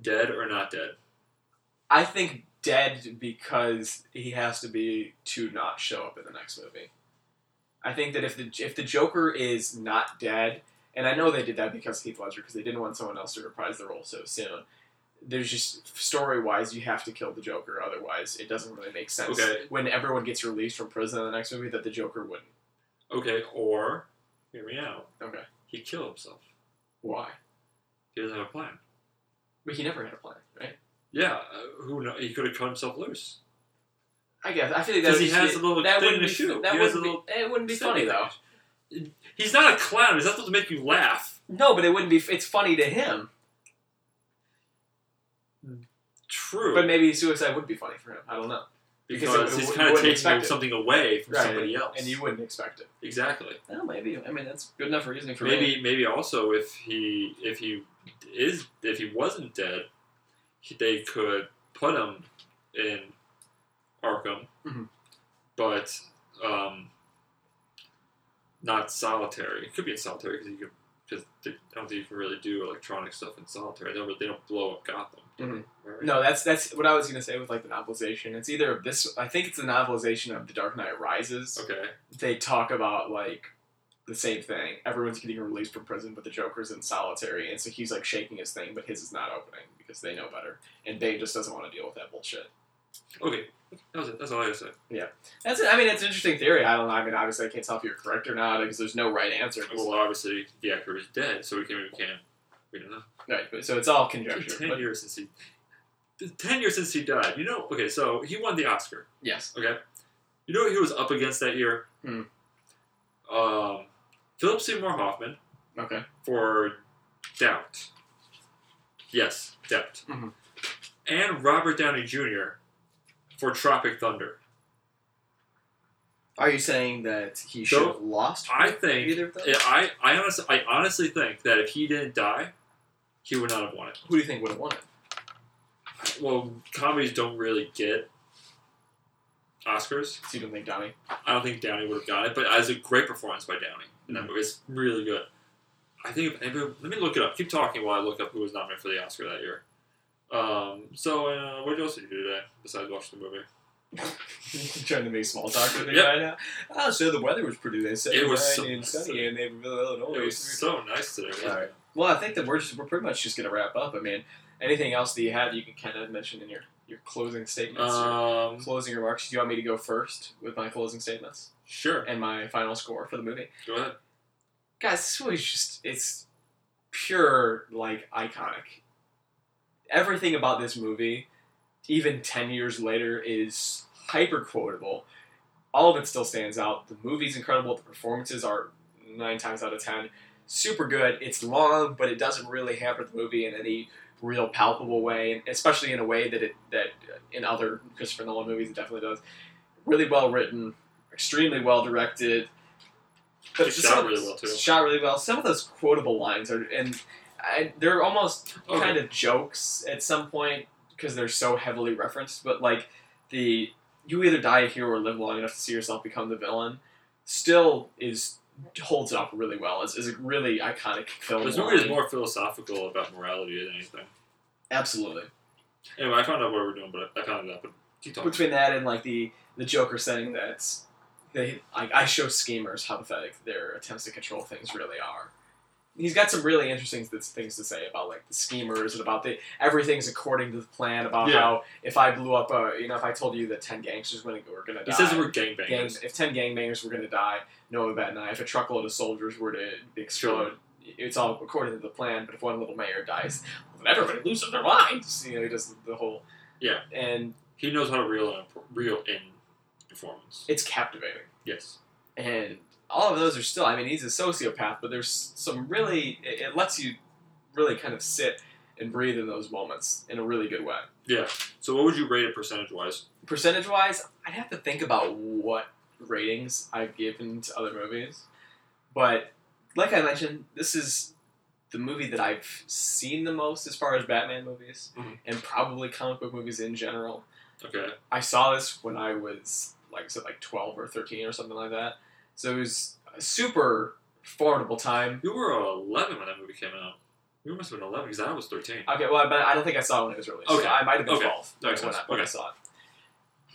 S2: dead or not dead?
S3: I think dead because he has to be to not show up in the next movie. I think that if the if the Joker is not dead, and I know they did that because of Heath Ledger because they didn't want someone else to reprise the role so soon. There's just story wise, you have to kill the Joker, otherwise it doesn't really make sense.
S2: Okay.
S3: When everyone gets released from prison in the next movie, that the Joker wouldn't.
S2: Okay, or hear me out.
S3: Okay.
S2: He killed himself.
S3: Why?
S2: He doesn't have a plan.
S3: But he never had a plan, right?
S2: Yeah, uh, who know? He could have cut himself loose.
S3: I guess I feel like that
S2: 'Cause
S3: would
S2: he
S3: just
S2: has
S3: be-
S2: a little
S3: that
S2: thing
S3: wouldn't
S2: to
S3: be,
S2: shoot.
S3: That
S2: He has
S3: wouldn't
S2: a
S3: be, it wouldn't be funny though.
S2: He's not a clown. He's not supposed to make you laugh.
S3: No, but it wouldn't be. It's funny to him,
S2: True,
S3: but maybe suicide would be funny for him. I don't know,
S2: because,
S3: because it- it
S2: he's
S3: wou-
S2: kind
S3: you
S2: of
S3: wouldn't
S2: taking
S3: expect it.
S2: something away from
S3: Right,
S2: somebody else.
S3: and you wouldn't expect it.
S2: exactly.
S3: Well, maybe. I mean, that's good enough reasoning for me.
S2: Maybe maybe also if he if he is if he wasn't dead, he- they could put him in Arkham,
S3: Mhm.
S2: but um, not solitary. It could be in solitary because you could because I don't think you can really do electronic stuff in solitary. They don't, they don't blow up Gotham. do they?
S3: Mhm.
S2: Right?
S3: No, that's that's what I was gonna say with like the novelization. It's either of this. I think it's the novelization of The Dark Knight Rises.
S2: Okay.
S3: They talk about like the same thing. Everyone's getting released from prison, but the Joker's in solitary, and so he's like shaking his thing, but his is not opening because they know better, and Bane just doesn't want to deal with that bullshit.
S2: Okay. That was it. That's all I gotta say.
S3: That's it. I mean, it's an interesting theory. I don't know. I mean, obviously, I can't tell if you're correct or not because there's no right answer.
S2: Well, obviously the actor is dead, so we can we can we don't know.
S3: Right, so it's all
S2: It's
S3: conjecture.
S2: Ten
S3: but-
S2: years since he, it's ten years since he died. You know, okay, so he won the Oscar.
S3: yes.
S2: You know what he was up against that year?
S3: Hmm.
S2: Um, Philip Seymour Hoffman
S3: Okay.
S2: for Doubt. Yes, Doubt.
S3: Mhm.
S2: And Robert Downey Jr. for Tropic Thunder.
S3: Are you saying that he
S2: So,
S3: should have lost?
S2: I think
S3: either of those.
S2: Yeah, I I honestly I honestly think that if he didn't die, he would not have won it.
S3: Who do you think would have won it?
S2: Well, comedies don't really get Oscars.
S3: So you don't think Donnie?
S2: I don't think Downey would have got it, but as a great performance by Downey in that movie, it's really good. I think if anybody, let me look it up. Keep talking while I look up who was nominated for the Oscar that year. Um, so uh, what else did you do today besides watch the movie?
S3: trying to make small talk with me
S2: Yep.
S3: right now. Oh, so the weather was pretty nice.
S2: It was so-
S3: sunny and sunny in Naperville, Illinois.
S2: it was so nice today. Wasn't
S3: All
S2: it?
S3: well, I think that we're just, we're pretty much just gonna wrap up. I mean, anything else that you have, you can kind of mention in your your closing statements. your
S2: Um,
S3: Closing remarks. Do you want me to go first with my closing statements
S2: sure.
S3: and my final score for the movie?
S2: Go ahead.
S3: guys, this movie's just it's pure like iconic. Everything about this movie, even ten years later, is hyper quotable. All of it still stands out. The movie's incredible. The performances are nine times out of ten super good. It's long, but it doesn't really hamper the movie in any real palpable way, and especially in a way that it that uh, in other Christopher Nolan movies it definitely does. Really well written, extremely well directed.
S2: It's
S3: just
S2: shot
S3: some of-
S2: really well, too.
S3: Shot really well. Some of those quotable lines are, and I, they're almost
S2: Okay.
S3: kind of jokes at some point because they're so heavily referenced. But like the you either die a hero or live long enough to see yourself become the villain still is holds up really well. It's, it's a really iconic film.
S2: This movie is
S3: line.
S2: more philosophical about morality than anything.
S3: absolutely
S2: Anyway, I found out what we were doing, but I found it out. But keep talking.
S3: between that and like the the Joker saying that they like I show schemers how pathetic their attempts to control things really are. He's got some really interesting th- things to say about like the schemers and about the everything's according to the plan about
S2: Yeah.
S3: how if I blew up a you know if I told you that ten gangsters were gonna, were gonna
S2: He
S3: die
S2: says we're gangbangers.
S3: gang, if 10 gangbangers were going to die, Noah Batna, if a truckload of soldiers were to explode, it's all according to the plan, but if one little mayor dies, then everybody loses their minds. You know, he does the whole.
S2: Yeah.
S3: And
S2: He knows how to reel in, reel in performance.
S3: it's captivating.
S2: Yes.
S3: And all of those are still, I mean, he's a sociopath, but there's some really, it, it lets you really kind of sit and breathe in those moments in a really good way.
S2: Yeah. So what would you rate it percentage wise?
S3: percentage wise, I'd have to think about what ratings I've given to other movies. But like I mentioned, this is the movie that I've seen the most as far as Batman movies
S2: Mhm.
S3: and probably comic book movies in general.
S2: Okay.
S3: I saw this when I was like I said, like twelve or thirteen or something like that. So it was a super formidable time.
S2: You were 11 when that movie came out. We must have been 11 because I was 13.
S3: Okay, well, but I don't think I saw it when it was released.
S2: Okay.
S3: I might have been
S2: Okay.
S3: 12
S2: That makes
S3: when,
S2: sense.
S3: I, when I
S2: Okay.
S3: saw it.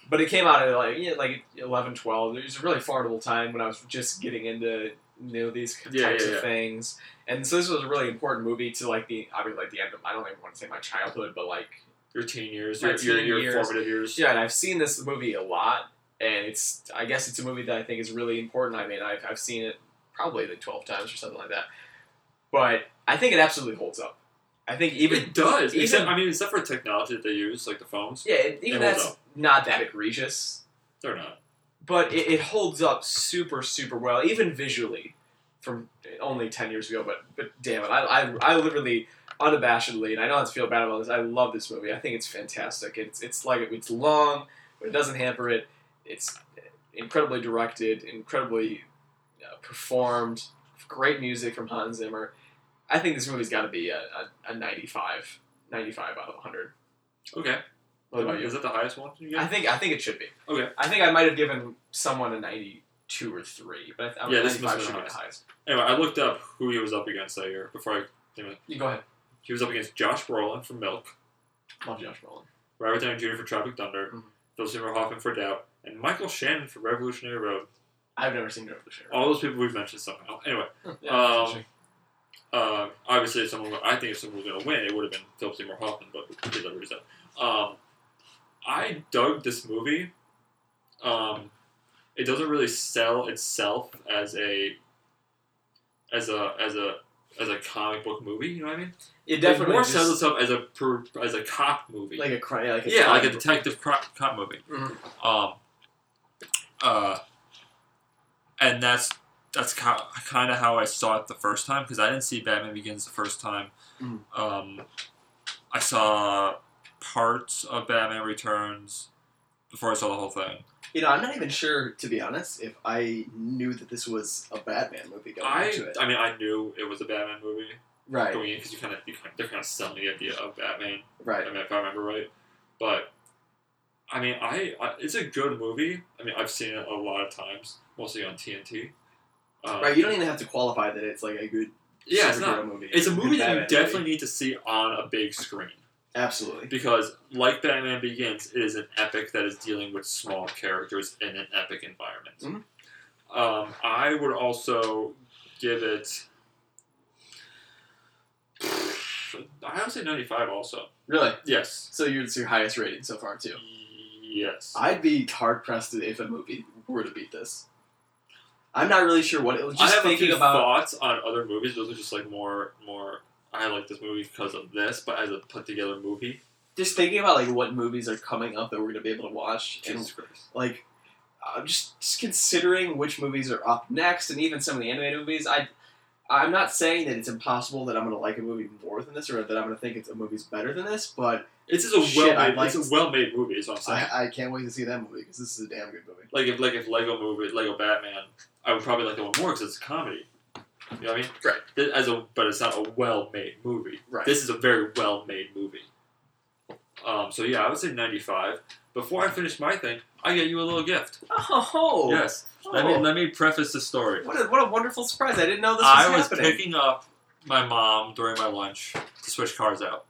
S3: But it came out at like yeah, like 11, 12. It was a really formidable time when I was just getting into you know these
S2: Yeah,
S3: types
S2: yeah,
S3: of
S2: yeah.
S3: things, and so this was a really important movie to like the I mean like the end of I don't even want to say my childhood, but like
S2: Your teen years,
S3: My
S2: your, your,
S3: teen
S2: your
S3: years.
S2: formative years.
S3: yeah, and I've seen this movie a lot, and it's I guess it's a movie that I think is really important. I mean, I've, I've seen it probably like twelve times or something like that, but I think it absolutely holds up. I think even
S2: it does.
S3: even-
S2: except, I mean, except for technology that they use, like the phones,
S3: yeah, it, even
S2: It holds
S3: that's not that egregious,
S2: they're not.
S3: but it, it holds up super super well, even visually, from only ten years ago. But but damn it, I I, I literally. Unabashedly, and I don't have to feel bad about this. I love this movie. I think it's fantastic. It's it's like it's long, but it doesn't hamper it. It's incredibly directed, incredibly uh, performed, great music from Hans Zimmer. I think this movie's got to be a, a, a 95, 95 out of 100.
S2: Okay.
S3: What about you?
S2: Is that the highest one? You
S3: I
S2: get?
S3: think I think it should be.
S2: Okay.
S3: I think I might have given someone a 92 or 3, but I th-
S2: Yeah, this
S3: 95
S2: must've
S3: should be
S2: been
S3: the
S2: the
S3: highest.
S2: Anyway, I looked up who he was up against that year before I.
S3: You go ahead.
S2: He was up against Josh Brolin from Milk,
S3: Love Josh Brolin.
S2: Robert Downey Jr. for Tropic Thunder,
S3: Mhm.
S2: Phil Seymour Hoffman for Doubt, and Michael Shannon for Revolutionary Road.
S3: I've never seen Revolution.
S2: All those people we've mentioned somehow. Anyway,
S3: yeah,
S2: um,
S3: essentially.
S2: uh, obviously, if someone I think if someone was going to win, it would have been Philip Seymour Hoffman, but he never reason. Um, I dug this movie. Um, it doesn't really sell itself as a as a as a as a comic book movie. You know what I mean?
S3: it definitely
S2: more
S3: just,
S2: sells itself as a per, as a cop movie.
S3: like a cry, like a
S2: yeah, like a
S3: crime-
S2: detective cop, cop movie.
S3: Mhm.
S1: Mm-hmm.
S2: Um, uh, and that's that's kind of how I saw it the first time because I didn't see Batman Begins the first time.
S3: Mm.
S2: Um, I saw parts of Batman Returns before I saw the whole thing.
S1: You know, I'm not even sure, to be honest, if I knew that this was a Batman movie going
S2: I
S1: into it.
S2: I mean I knew it was a Batman movie
S1: Right,
S2: going in because you kind of they're kind of selling the idea of Batman.
S1: right.
S2: I mean, if I remember right. But I mean, I, I it's a good movie. I mean, I've seen it a lot of times, mostly on TNT. Um,
S1: Right, you don't even have to qualify that it's like a good
S2: yeah, it's
S1: superhero
S2: not.
S1: movie.
S2: It's a
S1: good
S2: movie that you
S1: Batman
S2: definitely
S1: movie.
S2: need to see on a big screen
S1: Absolutely.
S2: because, like Batman Begins, it is an epic that is dealing with small characters in an epic environment.
S1: Mm-hmm.
S2: Um, I would also give it. I would say ninety-five. Also,
S1: Really?
S2: yes,
S1: So you're, it's your highest rating so far, too.
S2: yes.
S1: I'd be hard pressed if a movie were to beat this. I'm not really sure what it was.
S2: I
S1: Just
S2: have
S1: thinking
S2: a few
S1: about
S2: thoughts on other movies. Those are just like more, more. I like this movie because of this, but as a put together movie,
S1: just thinking about like what movies are coming up that we're gonna be able to watch, and
S2: Jesus Christ.
S1: like uh, just just considering which movies are up next, and even some of the animated movies. I I'm not saying that it's impossible that I'm gonna like a movie more than this, or that I'm gonna think it's a movie's better than this, but
S2: It's just a
S1: Shit,
S2: well
S1: I'd
S2: made.
S1: like
S2: it's
S1: to-
S2: a well made movie. Is what I'm saying.
S1: I, I can't wait to see that movie because this is a damn good movie.
S2: like if like if Lego movie, Lego Batman, I would probably like that one more because it's a comedy. You know what I mean?
S1: Right.
S2: Th- As a, but it's not a well made movie.
S1: Right.
S2: This is a very well made movie. Um. So yeah, I would say 95. Before I finish my thing, I get you a little gift.
S1: Oh,
S2: Yes. Let me let me preface the story.
S1: what a, what a wonderful surprise! I didn't know this was
S2: I was
S1: happening.
S2: picking up my mom during my lunch to switch cars out.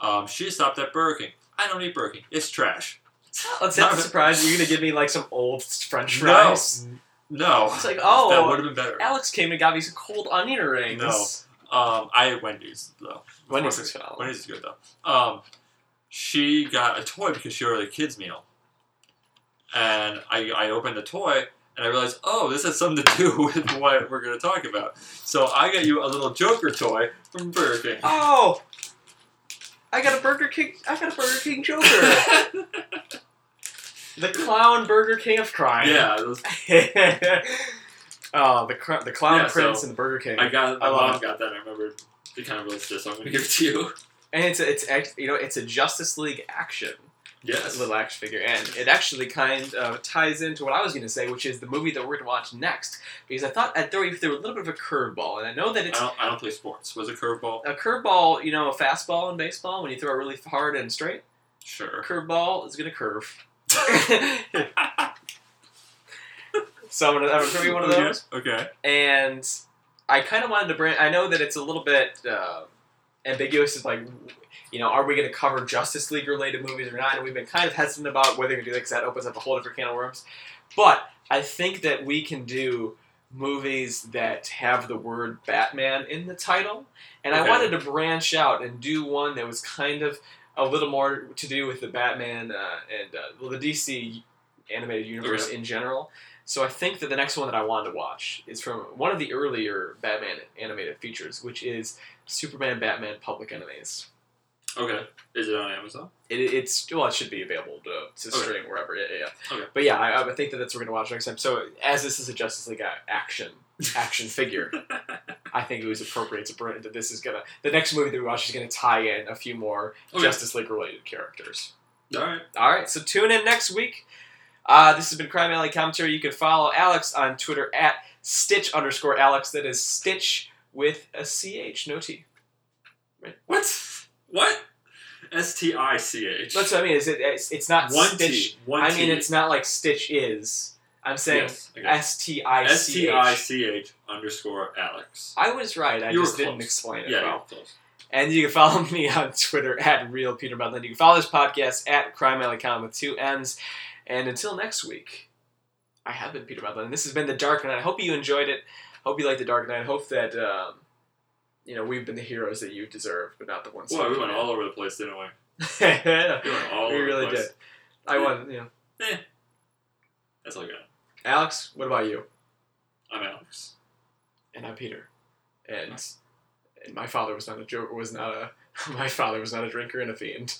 S2: Um, she stopped at Burger King. I don't eat Burger King. It's trash.
S3: Let's hit the surprise. You're gonna give me like some old French
S2: No.
S3: fries.
S2: No.
S3: It's like,
S2: that
S3: oh,
S2: would have been better.
S3: Alex came and got me some cold onion rings.
S2: No. Um, I ate Wendy's though.
S3: Wendy's is phenomenal.
S2: Wendy's is good though. Um, she got a toy because she ordered a kids meal, and I, I opened the toy and I realized, oh, this has something to do with what we're gonna talk about. So I got you a little Joker toy from Burger King.
S3: Oh, I got a Burger King. I got a Burger King Joker. the clown Burger King of crime.
S2: yeah, those-
S3: oh, Uh, the cr- the clown
S2: Yeah, so-
S3: prince and the Burger King,
S2: I got. My
S3: I love
S2: mom got that. I remember. It kind of released this, so I'm gonna give it to you.
S3: and it's a, it's act- you know it's a Justice League action
S2: Yes.
S3: little action figure, and it actually kind of ties into what I was going to say, which is the movie that we're going to watch next, because I thought I'd throw you through a little bit of a curveball, and I know that
S2: I
S3: it's
S2: don't. I don't play sports. Was it curveball?
S3: a curveball, you know, a fastball in baseball when you throw it really hard and straight. A
S2: Sure.
S3: curveball is going to curve. so I'm going to throw you one of Oh,
S2: Okay,
S3: those,
S2: Okay.
S3: and I I kind of wanted to bring. I know that it's a little bit uh, ambiguous. It's like, you know, are we going to cover Justice League related movies or not? And we've been kind of hesitant about whether to do that because that opens up a whole different can of worms. But I think that we can do movies that have the word Batman in the title, and I
S2: Okay.
S3: wanted to branch out and do one that was kind of a little more to do with the Batman uh, and uh, well, the DC animated universe in general. So I think that the next one that I wanted to watch is from one of the earlier Batman animated features, which is Superman Batman Public Enemies.
S2: Okay. Is it on Amazon?
S3: It, it's well, it should be available to, to
S2: Okay.
S3: stream wherever. Yeah, yeah. yeah.
S2: Okay.
S3: But yeah, I, I think that that's what we're gonna watch next time. So as this is a Justice League a- action action figure, I think it was appropriate to bring that this is gonna the next movie that we watch is gonna tie in a few more
S2: Okay.
S3: Justice League related characters.
S2: All right.
S3: All right, so tune in next week. Uh, this has been Crime Alley Commentary. You can follow Alex on Twitter at Stitch underscore Alex. That is Stitch with a CH, no T.
S2: What? What? S T I C H.
S3: That's what I mean. Is it? It's, it's not
S2: one
S3: Stitch.
S2: T. One
S3: I
S2: T.
S3: mean, it's not like Stitch is. I'm saying
S2: yes, okay.
S3: S T I
S2: S
S3: C
S2: T I
S3: H.
S2: C H underscore Alex.
S3: I was right. I
S2: You were
S3: just didn't
S2: close.
S3: explain it
S2: Yeah,
S3: well.
S2: you're close.
S3: And you can follow me on Twitter at Real Peter Medlin. You can follow this podcast at Crime Alley Con with two M's. And until next week, I have been Peter Medlin. This has been The Dark Knight. I hope you enjoyed it. Hope you like The Dark Knight. Hope that um, you know we've been the heroes that you deserve, but not the ones.
S2: Boy,
S3: that
S2: we went all over the place, didn't we? We went all
S3: we
S2: over
S3: really
S2: the place.
S3: did. I want you know,
S2: That's all I got.
S3: Alex. What about you?
S2: I'm Alex.
S3: And I'm Peter. And, and my father was not a joke. Was not a. My father was not a drinker and a fiend.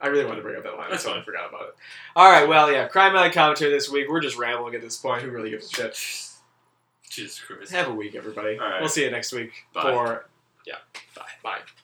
S3: I really wanted to bring up that line,
S2: That's
S3: so I
S2: fine.
S3: forgot about it. All right, well, yeah, crime alley commentary this week. We're just rambling at this point. Who really gives a shit?
S2: Jesus Christ.
S3: Have a week, everybody.
S2: All right.
S3: We'll see you next week
S2: Bye.
S3: for yeah. Bye. Bye.